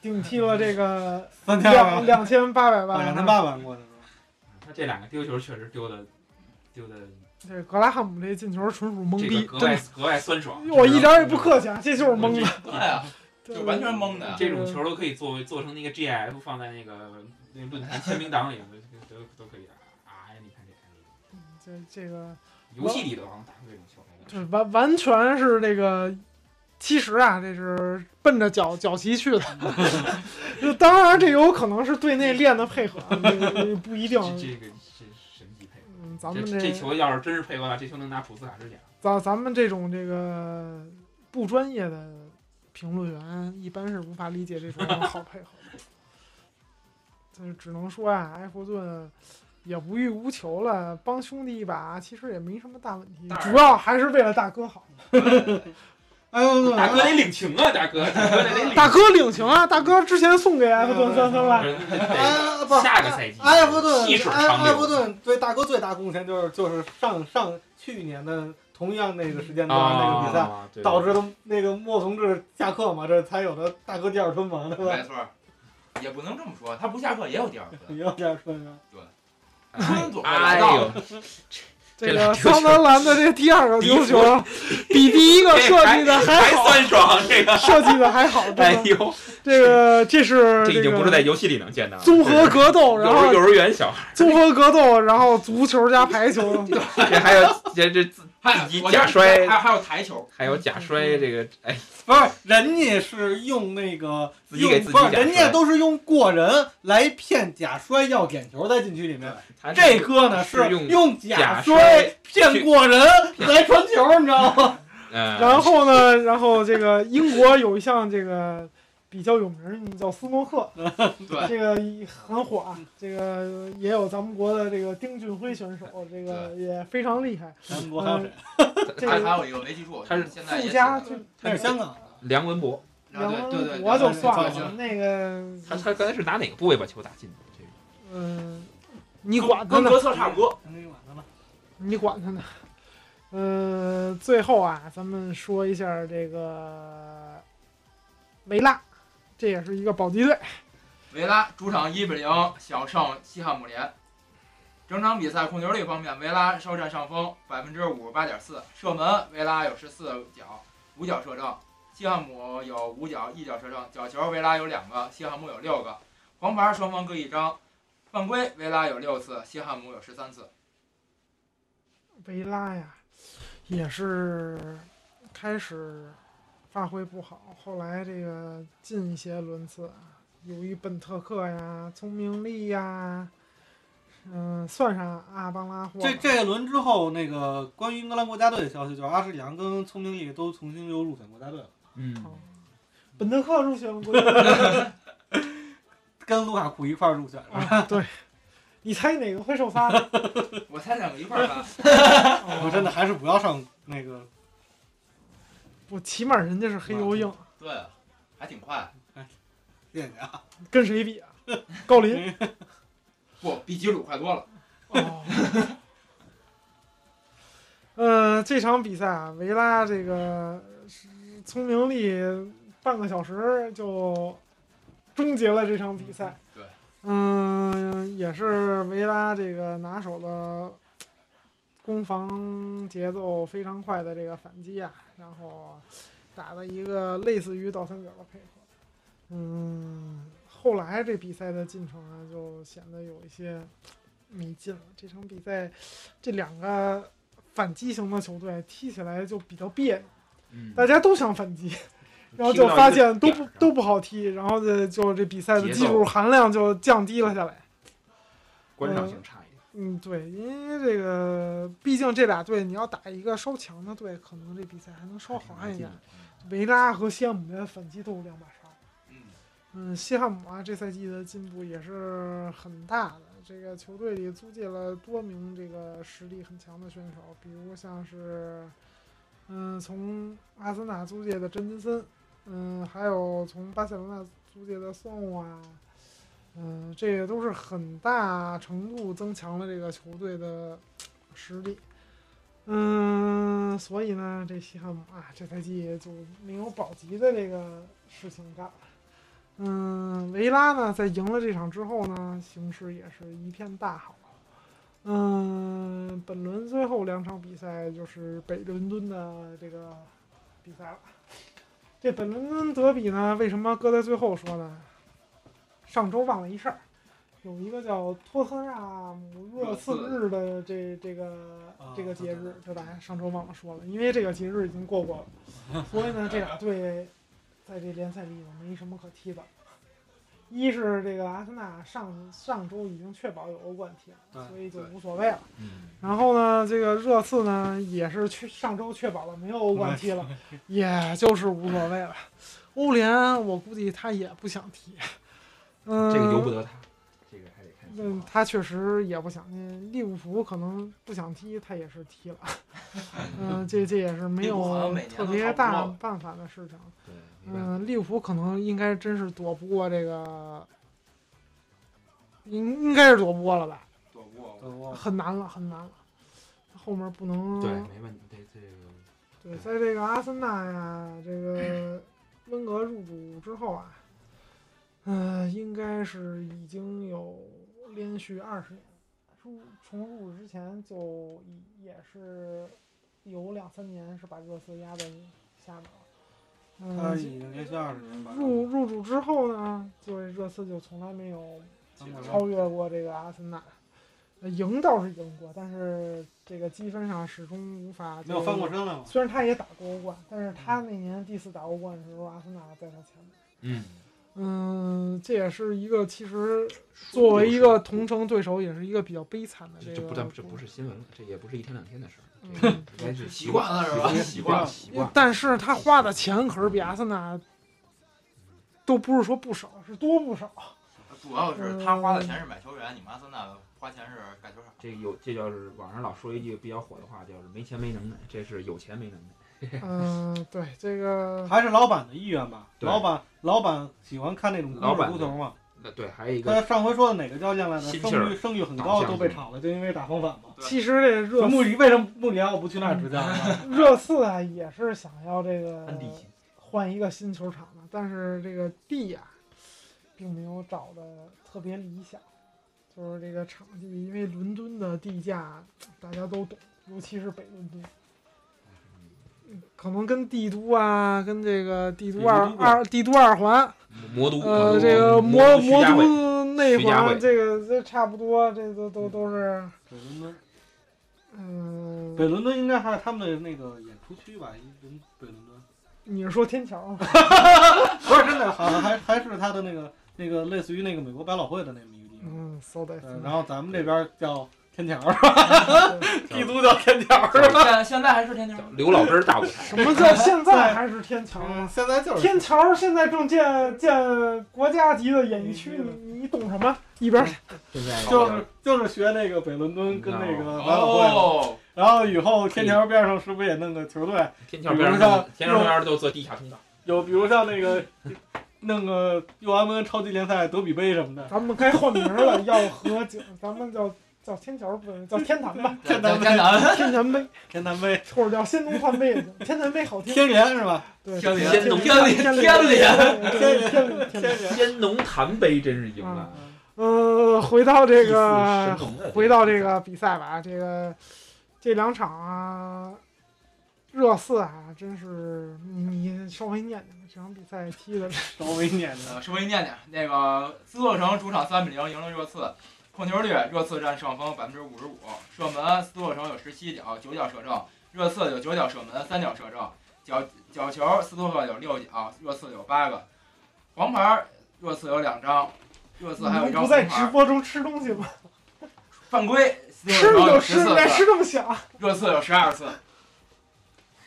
Speaker 2: 顶替了这个
Speaker 1: 三千
Speaker 2: 两
Speaker 1: 二
Speaker 2: 两千八百
Speaker 1: 百，两
Speaker 2: 万啊
Speaker 1: 千
Speaker 2: 的。
Speaker 1: 八百过去是吧？
Speaker 7: 他这两个丢球确实丢的丢的
Speaker 2: 这格拉汉姆这进球纯属懵
Speaker 7: 这
Speaker 2: 逼
Speaker 7: 个，格
Speaker 2: 真
Speaker 7: 外
Speaker 2: 的，
Speaker 7: 格外酸爽。
Speaker 2: 我一点也不客气啊，这就是懵的，
Speaker 6: 对啊，就完全懵的呀。
Speaker 7: 这种球都可以做做成那个 GIF 放在那个那论坛签名档里，都都都可以啊！哎，你看这看
Speaker 2: 嗯这这个
Speaker 7: 这，游戏里都好像打出这种球来
Speaker 2: 这
Speaker 7: 的。
Speaker 2: 完完全是这个，其实啊，这是奔着脚脚 旗去的。就当然，这有可能是队内练的配合，啊这不一定。
Speaker 7: 这这个是神级配合。
Speaker 2: 嗯，咱们
Speaker 7: 这这球要是真是配合的话，这球能拿普斯卡之奖。
Speaker 2: 咱咱们这种这个不专业的评论员，一般是无法理解这种好配合的。就是只能说啊，埃弗顿也无欲无求了，帮兄弟一把，其实也没什么大问题
Speaker 7: 当，然
Speaker 2: 主要还是为了大哥好。
Speaker 1: 埃弗顿，
Speaker 7: 大哥得领情啊，大哥，大哥得领
Speaker 2: 大哥领情啊！大哥之前送给埃弗顿三分了，
Speaker 7: 情。
Speaker 1: 哎不，
Speaker 7: 下个赛季，
Speaker 1: 埃弗顿
Speaker 7: 细水，
Speaker 1: 埃
Speaker 7: 长
Speaker 1: 埃弗
Speaker 7: 流。啊
Speaker 1: 顿对大哥最大贡献就是就是上上去年的同样那个时间段、那个比赛，
Speaker 7: 啊对
Speaker 1: 导致的那个莫同志下课嘛，这才有的大哥第二春嘛，对
Speaker 6: 没
Speaker 1: 吧？
Speaker 6: 错儿，也不能这么说，他不下课也有第二分。
Speaker 1: 也有第二春 啊，
Speaker 6: 春总
Speaker 7: 哎呦，
Speaker 2: 这
Speaker 7: 这俩
Speaker 2: 个
Speaker 7: 丢球
Speaker 2: 桑德兰的这第二个丢球，比第一个
Speaker 7: 这
Speaker 2: 设计的
Speaker 7: 还
Speaker 2: 好，
Speaker 7: 酸爽，这个，
Speaker 2: 设计的还好。真
Speaker 7: 哎
Speaker 2: 的
Speaker 7: 呦，
Speaker 2: 这个这是
Speaker 7: 这已经不是在
Speaker 2: 个
Speaker 7: 游戏里能见到的
Speaker 2: 综合格斗，
Speaker 7: 这
Speaker 2: 然
Speaker 7: 幼儿
Speaker 2: 后
Speaker 7: 幼儿园小孩，
Speaker 2: 综合格斗，然后足球加排球，
Speaker 7: 这还有这这
Speaker 6: 嗨，
Speaker 7: 以
Speaker 6: 我觉得
Speaker 7: 假摔
Speaker 6: 还有还有台球，
Speaker 7: 还有假摔，这个哎，
Speaker 1: 不是人家是用那个
Speaker 7: 自己给
Speaker 1: 用
Speaker 7: 自己
Speaker 1: 不是
Speaker 7: 假摔
Speaker 1: 人家都是用过人来骗假摔要点球在禁区里面，
Speaker 7: 他
Speaker 1: 这哥呢
Speaker 7: 是用
Speaker 1: 用
Speaker 7: 假
Speaker 1: 假
Speaker 7: 摔嗯
Speaker 1: 摔骗过人来 传
Speaker 6: 啊
Speaker 1: 球，你知道吗？
Speaker 2: 嗯
Speaker 7: 呃，
Speaker 2: 然后呢，然后这个英国有一项这个比较有名儿，你叫斯诺克，
Speaker 6: 对
Speaker 2: 这个很火啊。这个也有咱们国的这个丁俊晖选手，这个也非常厉害。
Speaker 1: 咱们国还有
Speaker 7: 嗯
Speaker 1: 谁？
Speaker 2: 这
Speaker 6: 还
Speaker 2: 个
Speaker 6: 还有一个我没记住，
Speaker 7: 他是
Speaker 6: 现在
Speaker 2: 附
Speaker 6: 也
Speaker 2: 加
Speaker 6: 死
Speaker 2: 就
Speaker 6: 了
Speaker 1: 那是香港的，
Speaker 7: 梁文博，
Speaker 6: 啊对对对，
Speaker 2: 我就
Speaker 6: 对
Speaker 2: 算
Speaker 6: 对
Speaker 2: 了，那个
Speaker 7: 他他刚才是拿哪个部位把球打进的？这个
Speaker 2: 嗯，你管他
Speaker 7: 跟
Speaker 2: 呢，
Speaker 7: 格策差不多。
Speaker 1: 那就完了吧。
Speaker 2: 你管他呢。呃，最后啊，咱们说一下这个维拉，这也是一个保级队。
Speaker 6: 维拉主场一比零小胜西汉姆联。整场比赛控球率方面，维拉稍占上风，百分之五十八点四。射门，维拉有十四脚，五脚射正；西汉姆有五脚，一脚射正。角球，维拉有两个，西汉姆有六个。黄牌，双方各一张。犯规，维拉有六次，西汉姆有十三次。
Speaker 2: 维拉呀，也是开始发挥不好，后来这个近一些轮次啊，由于本特克呀、聪明力呀，嗯、算上阿邦拉霍吧，
Speaker 1: 这这一轮之后，那个关于英格兰国家队的消息就是阿什利杨跟聪明力都重新又入选国家队了，
Speaker 7: 嗯，
Speaker 2: 本特克入选国家队
Speaker 1: 跟卢卡库一块儿入选了。
Speaker 2: 啊，对，你猜哪个会首发呢？哦
Speaker 6: 我猜两个一块儿吧。
Speaker 1: 我真的还是不要上那个，
Speaker 2: 不，起码人家是黑油硬，
Speaker 6: 对，啊还挺快。
Speaker 1: 谢谢啊。
Speaker 2: 跟谁比啊？高林。
Speaker 6: 不，比吉鲁快多了。
Speaker 2: 哦， 呃，这场比赛啊，维拉这个是聪明力半个小时就终结了这场比赛。
Speaker 6: 对，
Speaker 2: 嗯，也是维拉这个拿手的攻防节奏非常快的这个反击啊，然后打了一个类似于倒三角的配合。嗯，后来这比赛的进程啊，就显得有一些没劲了。这场比赛，这两个反击型的球队踢起来就比较别扭，
Speaker 7: 嗯
Speaker 2: 大家都想反击，然后就发现都不都
Speaker 7: 不
Speaker 2: 不好踢，然后这就这比赛的
Speaker 7: 节
Speaker 2: 技
Speaker 7: 奏
Speaker 2: 术含量就降低了下来。
Speaker 7: 观赏性差一点。
Speaker 2: 嗯，对，因为这个毕竟这俩队你要打一个稍强的队，可能这比赛还能稍好看
Speaker 7: 嗯
Speaker 2: 一点。维拉和西汉姆的反击都有两把刷。
Speaker 6: 嗯，
Speaker 2: 嗯，西汉姆啊，这赛季的进步也是很大的。这个球队里租借了多名这个实力很强的选手，比如像是，嗯，从阿森纳租借的詹金森，嗯，还有从巴塞罗那租借的宋啊，嗯，这也都是很大程度增强了这个球队的实力。嗯，所以呢，这西汉姆啊，这赛季就没有保级的这个事情干了。嗯，维拉呢，在赢了这场之后呢，形势也是一片大好。嗯，本轮最后两场比赛就是北伦敦的这个比赛了。这本伦敦德比呢，为什么搁在最后说呢？上周忘了一事儿，有一个叫托特纳姆热刺日的这这个这个节日，啊对吧？上周忘了说了，因为这个节日已经过过了，所以呢，这俩队在这联赛里就没什么可踢的。一是这个阿森纳上上周已经确保有欧冠踢
Speaker 1: 对
Speaker 2: 了，所以就
Speaker 6: 对
Speaker 2: 无所谓了。
Speaker 7: 嗯，
Speaker 2: 然后呢，这个热刺呢也是去上周确保了没有欧冠踢了，也就是无所谓了。欧联我估计他也不想踢，嗯，
Speaker 7: 这个由不得他，这个还得看情
Speaker 2: 嗯，
Speaker 7: 况。
Speaker 2: 他确实也不想进。利物浦可能不想踢，他也是踢了。 嗯，这这也是没
Speaker 6: 利物浦好像
Speaker 2: 有
Speaker 6: 每年
Speaker 2: 特
Speaker 6: 都
Speaker 2: 别
Speaker 6: 差不
Speaker 2: 大
Speaker 6: 多了
Speaker 2: 办法的事情。
Speaker 7: 对，没办法
Speaker 2: 嗯，利物浦可能应该真是躲不过这个，应应该是躲不过了吧？
Speaker 6: 躲不过我。
Speaker 1: 我
Speaker 2: 很难了，很难了。后面不能
Speaker 7: 对，没问题。这这个
Speaker 2: 对，在这个阿森纳呀，这个温格入主之后啊，嗯、应该是已经有连续二十年入重入之前就已也是有两三年是把热刺压在下面了。
Speaker 1: 他
Speaker 2: 嗯，
Speaker 1: 已经连续二十年把
Speaker 2: 入入主之后呢，就热刺就从来没有超越过这个阿森纳。呃赢倒是赢过，但是这个积分上始终无法
Speaker 1: 没有
Speaker 2: 就
Speaker 1: 翻过身来嘛。
Speaker 2: 虽然他也打过欧冠，但是他那年第四打欧冠的时候，阿森纳在他前面。
Speaker 7: 嗯，
Speaker 2: 嗯，这也作为一个其实作为一个同城对手，也是一个比较悲惨的
Speaker 7: 啊这
Speaker 2: 个。
Speaker 7: 这不但这不是新闻了，这也不是一天两天的事儿，这个
Speaker 2: 嗯
Speaker 7: 应该是
Speaker 6: 习惯了是
Speaker 7: 习
Speaker 6: 吧
Speaker 7: 惯习惯习惯。
Speaker 2: 但是他花的钱可是比阿森纳都不是说不少，是多 不少。
Speaker 6: 呃主要是他花的钱是买球员，你们阿森纳花钱是盖球场。
Speaker 7: 这有这就是网上老说一句比较火的话，就是没钱没能耐，这是有钱没能耐。
Speaker 2: 嗯、对这个，
Speaker 1: 还是老板的意愿吧。
Speaker 7: 对
Speaker 1: 老板，老板喜欢看那种
Speaker 7: 老
Speaker 1: 公
Speaker 7: 板
Speaker 1: 式足球嘛。
Speaker 7: 那对，还有一
Speaker 1: 他
Speaker 7: 个
Speaker 1: 上回说的哪个教练来着？
Speaker 7: 心气儿
Speaker 1: 声誉声誉很
Speaker 7: 导
Speaker 1: 高，
Speaker 7: 向
Speaker 1: 都被炒了，就因为打防反嘛。
Speaker 2: 其实这
Speaker 1: 就
Speaker 2: 热
Speaker 1: 穆里为什么穆里奥不去那儿执
Speaker 2: 嗯
Speaker 1: 教呢？
Speaker 2: 热刺啊也是想要这个
Speaker 7: 安迪心，
Speaker 2: 换一个新球场的，但是这个地呀、并没有找的特别理想，就是这个场地，因为伦敦的地价大家都懂，尤其是北伦敦，可能跟帝都啊，跟这个帝都二
Speaker 1: 帝都
Speaker 2: 二帝都二环，
Speaker 7: 魔都
Speaker 2: 呃，这个魔
Speaker 7: 魔
Speaker 2: 魔
Speaker 7: 家会，
Speaker 2: 都内
Speaker 7: 徐家汇嗯
Speaker 2: 环，这个这差不多，这都都都是，
Speaker 1: 北伦敦，
Speaker 2: 嗯、
Speaker 1: 北伦敦应该还是他们的那个演出区吧？一人北伦敦，
Speaker 2: 你是说天桥吗？
Speaker 1: 不是真的，好像还还是他的那个那个类似于那个美国百老汇的那么一个地方。
Speaker 2: 嗯，so that，
Speaker 1: 嗯，然后咱们这边叫天桥，
Speaker 7: 帝
Speaker 1: 都叫天桥。
Speaker 6: 现现在还是天津。
Speaker 7: 叫刘老根儿大舞台，
Speaker 2: 什么叫现在还是天桥
Speaker 1: 嗯，
Speaker 2: 呢？
Speaker 1: 现在就是
Speaker 2: 天桥现在正建建国家级的演艺区，你你懂什么？一边儿去。
Speaker 7: 现在
Speaker 1: 就是就是学那个北伦敦跟那个百老汇嘛，
Speaker 6: 哦，
Speaker 1: 然后以后天桥边上是不是也弄个球队？
Speaker 7: 天桥边
Speaker 1: 比如像
Speaker 7: 上，天桥边儿就做地下通道，
Speaker 1: 有比如像那个弄个 U M N 超级联赛德比杯什么的，
Speaker 2: 咱们该换名儿了，要和景，咱们叫叫天桥不叫天坛吧，
Speaker 6: 天南天南
Speaker 2: 天坛杯，
Speaker 1: 天坛杯、
Speaker 2: 或者叫仙农团杯也行，天坛杯好听。
Speaker 1: 天联是吧？
Speaker 2: 对，
Speaker 6: 天
Speaker 7: 联
Speaker 2: 天
Speaker 6: 天
Speaker 2: 联，
Speaker 6: 天
Speaker 2: 联，
Speaker 1: 天
Speaker 2: 对
Speaker 1: 联
Speaker 2: 天联，天联。
Speaker 1: 天联。
Speaker 7: 天农坛杯真是赢了，
Speaker 2: 呃，回到嗯这个
Speaker 7: 祭祀神农的
Speaker 2: 回到这个比赛吧，这个这两场啊，热刺啊，真是你稍微念念吧，这场比赛踢的
Speaker 1: 稍微念的，
Speaker 6: 呃，稍微念念那个斯洛城主场三比零赢了热刺，控球率热刺占上风百分之五十五，射门斯洛城有十七脚，九脚射正，热刺有九脚射门，三脚射正，角角球斯托克有六脚，热刺有八个，黄牌热刺有两张，热
Speaker 2: 你
Speaker 6: 刺还有一
Speaker 2: 们
Speaker 6: 张
Speaker 2: 不
Speaker 6: 红
Speaker 2: 在直
Speaker 6: 牌，
Speaker 2: 播中吃东西吗？
Speaker 6: 犯规 斯
Speaker 2: 吃
Speaker 6: 洛城有
Speaker 2: 就
Speaker 6: 十
Speaker 2: 吃
Speaker 6: 四
Speaker 2: 呗，吃
Speaker 6: 次，
Speaker 2: 这 么想。
Speaker 6: 热刺有十二次，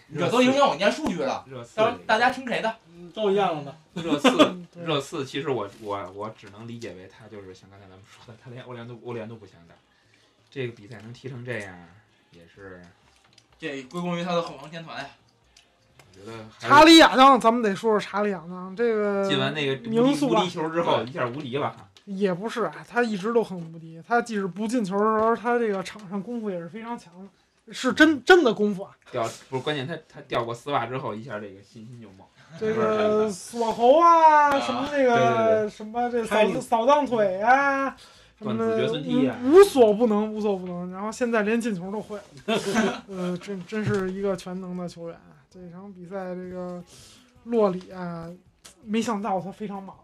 Speaker 6: 你这都影响我念数据了，
Speaker 7: 热刺
Speaker 6: 到时候大家听谁的？
Speaker 1: 嗯都一样了嘛。
Speaker 7: 热刺。
Speaker 2: 嗯对
Speaker 7: 热刺其实我我我只能理解为他就是像刚才咱们说的，他连欧联都欧联都不想打，这个比赛能踢成这样，也是
Speaker 6: 这归功于他的后防天团呀。
Speaker 7: 我觉得还
Speaker 2: 查
Speaker 7: 是
Speaker 2: 理亚当，咱们得说说查理亚当这个
Speaker 7: 进完那个无
Speaker 2: 名
Speaker 7: 敌
Speaker 2: 宿
Speaker 7: 无
Speaker 2: 吧
Speaker 7: 敌球之后，一下无敌了。
Speaker 2: 也不是啊，他一直都很无敌。他即使不进球的时候，他这个场上功夫也是非常强的，是真真的功夫啊。
Speaker 7: 掉不是关键他，他掉过丝袜之后，一下这个信心就冒。
Speaker 2: 这个锁喉啊，
Speaker 6: 啊
Speaker 2: 什么那
Speaker 7: 对
Speaker 2: 个什么这
Speaker 1: 开你
Speaker 2: 扫扫荡腿啊，什么
Speaker 7: 断子绝
Speaker 2: 的
Speaker 7: 孙踢啊
Speaker 2: 无无所不能，无所不能。然后现在连进球都会了，呃，真真是一个全能的球员啊。这场比赛这个洛里啊，没想到他非常忙，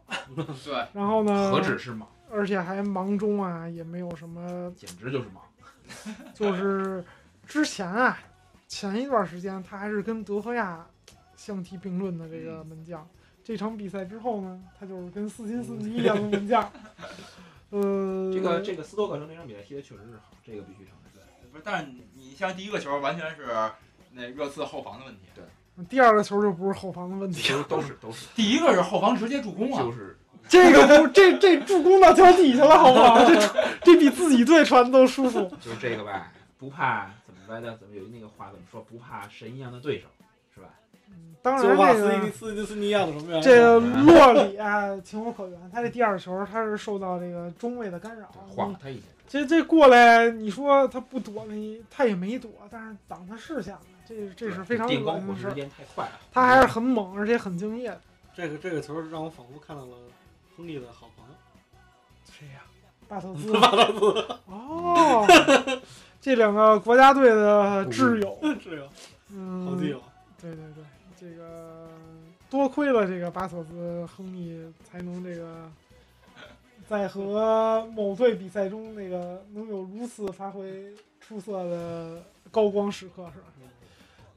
Speaker 6: 对，
Speaker 2: 然后呢，
Speaker 7: 何止是莽，
Speaker 2: 而且还忙中啊，也没有什么
Speaker 7: 简直就是莽。
Speaker 2: 就是之前啊，前一段时间他还是跟德赫亚相提并论的这个门将，这场比赛之后呢，他就是跟斯金斯尼一样的门将。呃，
Speaker 7: 这个这个斯托克城这场比赛踢的确实是好，这个必须承认。
Speaker 6: 呃不是，但是你像第一个球完全是那热刺后防的问题，
Speaker 2: 第二个球就不是后防的问题
Speaker 7: 其
Speaker 2: 了，
Speaker 7: 实都是 都是
Speaker 6: 第一个是后防直接助攻啊
Speaker 7: 就，是
Speaker 2: 这个不这这助攻到脚底下了，好不好？这这比自己队传都舒服。
Speaker 7: 就是这个吧， 不怕怎么来的？怎么有那个话怎么说？不怕神一样的对手，是吧？
Speaker 2: 嗯当然
Speaker 1: 就把
Speaker 2: 这
Speaker 1: 斯
Speaker 2: 个
Speaker 1: 尼。斯尼斯尼亚的什么呀？
Speaker 2: 这个洛里啊，情有可原。他这第二球，他是受到这个中卫的干扰，
Speaker 7: 晃他一下，
Speaker 2: 这这过来，你说他不躲你，他也没躲，但是挡他视线了，这这是非常
Speaker 7: 电光
Speaker 2: 恶心
Speaker 7: 火
Speaker 2: 的
Speaker 7: 石
Speaker 2: 事
Speaker 7: 之
Speaker 2: 儿。
Speaker 7: 间太快了。
Speaker 2: 他还是很猛，而且很敬业的。
Speaker 1: 这个这个球让我仿佛看到了亨利的好朋友。
Speaker 2: 谁呀、巴特兹。巴特兹。哦，这两个国家 队的挚友，
Speaker 1: 是呀，
Speaker 2: 嗯，
Speaker 1: 好基友。
Speaker 2: 对对对，这个多亏了这个巴索斯亨利才能这个在和某队比赛中那个能有如此发挥出色的高光时刻，是吧？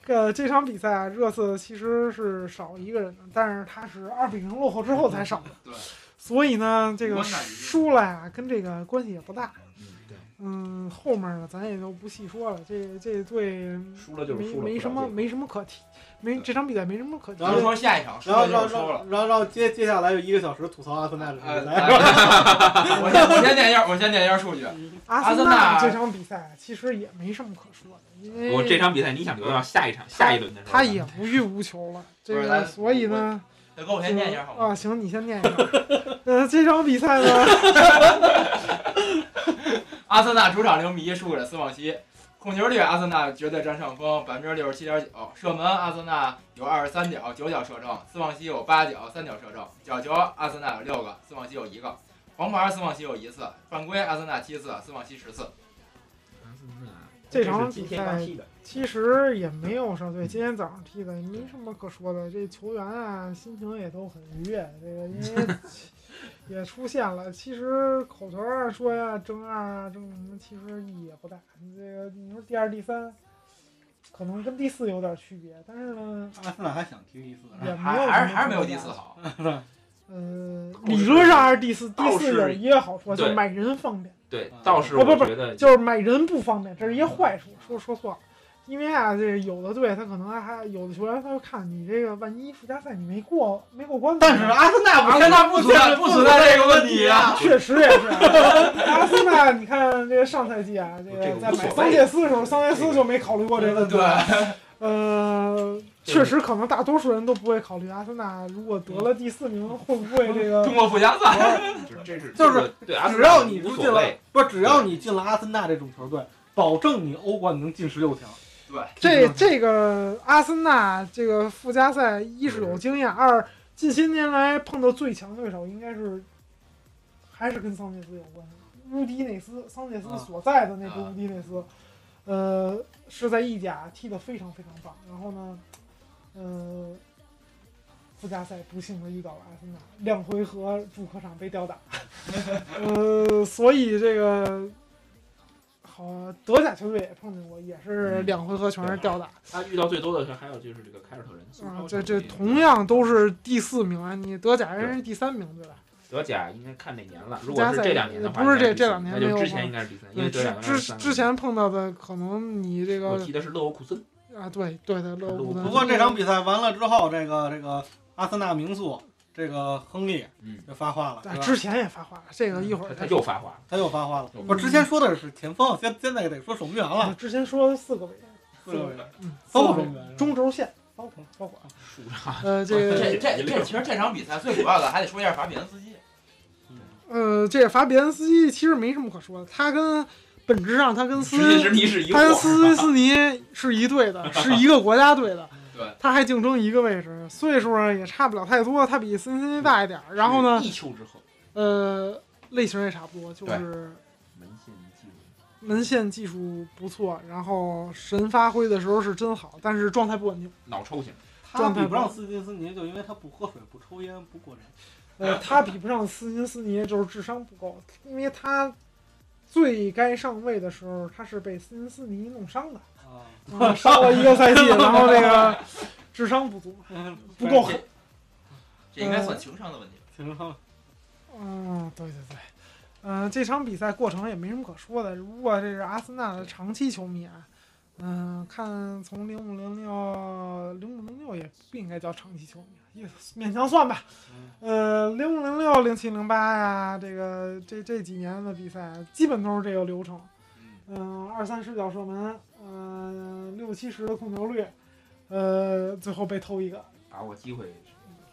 Speaker 2: 呃，这场比赛啊，热刺其实是少一个人的，但是他是二比零落后之后才少的，
Speaker 6: 对，
Speaker 2: 所以呢，这个
Speaker 6: 观感一样
Speaker 2: 输了呀、跟这个关系也不大。
Speaker 7: 嗯，对，
Speaker 2: 嗯，后面的咱也就不细说了，这这对
Speaker 7: 输了就是
Speaker 2: 没
Speaker 7: 输了，
Speaker 2: 没什么没什么可提，没这场比赛没什么可提
Speaker 1: 然
Speaker 6: 咱
Speaker 1: 后
Speaker 6: 们说下一场输
Speaker 1: 然后
Speaker 6: 了
Speaker 1: 然
Speaker 6: 就
Speaker 1: 后
Speaker 6: 是输了。
Speaker 1: 然后然后接接下来有一个小时吐槽阿森纳这
Speaker 6: 呃，
Speaker 1: 个比
Speaker 6: 来
Speaker 1: 赛，
Speaker 6: 哎 我先我先念一下，我先念一下数据。
Speaker 2: 阿森
Speaker 6: 阿森纳
Speaker 2: 这场比赛其实也没什么可说的，因为
Speaker 7: 我这场比赛你想留到下一场下一轮的时候，
Speaker 2: 他也无欲无求了，这
Speaker 6: 不是咱
Speaker 2: 个所以呢。
Speaker 6: 大呃哥，我先念一下好吗？
Speaker 2: 啊，行，你先念一下。 呃，这场比赛呢，嗯
Speaker 6: 阿森纳主场零比一输给了斯旺西，控球率阿森纳绝对占上风，百分之六十七点九。射门阿森纳有二十三脚，九脚射正；斯旺西有八脚，三脚射正。角球阿森纳有六个，斯旺西有一个。黄牌斯旺西有一次，犯规阿森纳七次，斯旺西十次。
Speaker 2: 这场
Speaker 7: 今
Speaker 2: 比
Speaker 7: 天刚
Speaker 2: 赛
Speaker 7: 踢的，
Speaker 2: 其实也没有什么，对，今天早上踢的也没什么可说的。这球员啊，心情也都很愉悦，这个因为也出现了。其实口头上说呀，争二啊，争什么，其实意义也不大。你这个你说第二、第三，可能跟第四有点区别，但是呢，
Speaker 1: 阿森纳还想踢第四呢，
Speaker 2: 也没有
Speaker 6: 啊
Speaker 2: 什么
Speaker 6: 还还是还是没有
Speaker 2: 特别
Speaker 6: 第
Speaker 2: 大
Speaker 6: 四好。
Speaker 2: 呃，
Speaker 7: 倒
Speaker 2: 理
Speaker 7: 是
Speaker 2: 论上还是第四，第
Speaker 7: 倒
Speaker 2: 四
Speaker 7: 是
Speaker 2: 有一个好处，就是
Speaker 7: 对
Speaker 2: 买人方便。
Speaker 7: 对
Speaker 1: 啊，
Speaker 7: 倒是
Speaker 2: 哦
Speaker 7: 我
Speaker 2: 不不
Speaker 7: 觉得
Speaker 2: 就是买人不方便，这是一个坏处。说说错了，因为啊，这有的队他可能还有的球员他会看你这个，万一附加赛你没过没过关，
Speaker 1: 但是
Speaker 7: 啊
Speaker 1: 阿森纳不
Speaker 6: 阿森纳不存在不存在这个问题啊！
Speaker 2: 确实也是啊。 阿森纳，你看这个上赛季啊，这
Speaker 7: 这
Speaker 2: 个
Speaker 7: 个
Speaker 2: 在
Speaker 7: 无所
Speaker 2: 买
Speaker 7: 谓
Speaker 2: 桑切斯的时候，桑切斯就没考虑过这个问题。
Speaker 6: 对，
Speaker 2: 呃，
Speaker 7: 这个
Speaker 2: 确实可能大多数人都不会考虑阿森纳如果得了第四名会不会这个
Speaker 6: 中国附加赛。
Speaker 7: 就是这是
Speaker 1: 就
Speaker 7: 这
Speaker 1: 是
Speaker 7: 个对阿森
Speaker 1: 只
Speaker 7: 纳
Speaker 1: 要你
Speaker 7: 无
Speaker 1: 不
Speaker 7: 所
Speaker 1: 进了
Speaker 7: 谓，，
Speaker 1: 不是只要你进了阿森纳这种球队，保证你欧冠能进十六强。
Speaker 2: 这这个阿森纳这个附加赛，一是有经验，二近些年来碰到最强对手应该是还是跟桑切斯有关系，乌迪内斯，桑切斯
Speaker 1: 啊
Speaker 2: 所在的那支
Speaker 6: 啊
Speaker 2: 乌迪内斯，呃，是在意甲踢得非常非常棒，然后呢，呃。附加赛不幸的遇到了阿森纳，两回合主客场被吊打， 呃，所以这个好德甲球队也碰见过，也是
Speaker 7: 嗯
Speaker 2: 两回合全是吊打，
Speaker 7: 他遇到最多的是还有就是这个凯尔特人，苏
Speaker 2: 啊
Speaker 7: 超，
Speaker 2: 这
Speaker 7: 球
Speaker 2: 这
Speaker 7: 队
Speaker 2: 同样都是第四名啊，你德甲人是第三名对吧？
Speaker 7: 德甲应该看哪年了，如
Speaker 2: 加
Speaker 7: 果是
Speaker 2: 赛
Speaker 7: 这两年的话，
Speaker 2: 不是这
Speaker 7: 应该
Speaker 2: 这两年
Speaker 7: 那
Speaker 2: 没有
Speaker 7: 就之
Speaker 2: 吗
Speaker 7: 前应该是第三，因
Speaker 2: 对，
Speaker 7: 为德甲刚才
Speaker 2: 之
Speaker 7: 是
Speaker 2: 之
Speaker 7: 三个
Speaker 2: 之前碰到的可能你这
Speaker 7: 我
Speaker 2: 个
Speaker 7: 踢的是勒沃库森，
Speaker 2: 啊，对对对，勒沃库森。
Speaker 1: 不过这场比赛完了之后，这个这个阿森纳名宿这个亨利
Speaker 7: 嗯，
Speaker 1: 就发话了，
Speaker 2: 啊
Speaker 1: 是吧
Speaker 2: 之前也发话了，这个一会
Speaker 7: 他
Speaker 2: 儿
Speaker 7: 他
Speaker 2: 再
Speaker 7: 又发话了，
Speaker 1: 他又发话了。
Speaker 7: 嗯
Speaker 1: 我之前说的是前锋，现现在得说守门员
Speaker 2: 我
Speaker 1: 了，
Speaker 2: 之前说四个位置，
Speaker 1: 四个人，
Speaker 2: 啊嗯，
Speaker 1: 包括
Speaker 2: 四
Speaker 1: 守
Speaker 2: 个
Speaker 1: 门
Speaker 2: 位置
Speaker 1: 员，
Speaker 2: 中轴线包括包括，啊
Speaker 7: 树上
Speaker 2: 呃，这个
Speaker 6: 这这这，其实这场比赛最主要的还得说一下法比安斯基。
Speaker 2: 呃，这法比安斯基其实没什么可说的，他跟本质上他跟斯
Speaker 7: 直接是历史一
Speaker 2: 他跟
Speaker 7: 伙，
Speaker 2: 斯斯尼是一队的，是一个国家队的，
Speaker 6: 对，
Speaker 2: 他还竞争一个位置，岁数呢也差不了太多，他比斯尼斯大一点儿。然后呢，
Speaker 7: 一秋之后，
Speaker 2: 呃，类型也差不多，就是
Speaker 7: 门线技术
Speaker 2: 门线技术不错，然后神发挥的时候是真好，但是状态不稳定。
Speaker 7: 脑抽型，
Speaker 1: 他比不上斯金斯尼，就因为他不喝水、不抽烟、不过人。
Speaker 2: 呃，他比不上斯金斯尼，就是智商不够，因为他最该上位的时候，他是被斯金斯尼弄伤的，
Speaker 1: 啊，
Speaker 2: 嗯伤了一个赛季，然后那个智商不足，不够狠。
Speaker 6: 这应该算情商的问题。
Speaker 1: 情商
Speaker 2: 嗯，对对对，嗯、这场比赛过程也没什么可说的。如果这是阿森纳的长期球迷啊，嗯、看从零五零六零五零六也不应该叫长期球迷啊，也勉强算吧。呃，零五零六零七零八呀，这个这这几年的比赛基本都是这个流程。
Speaker 6: 嗯，
Speaker 2: 嗯、二三十脚射门，嗯、六七十的控球率，呃，最后被偷一个。
Speaker 7: 把握机会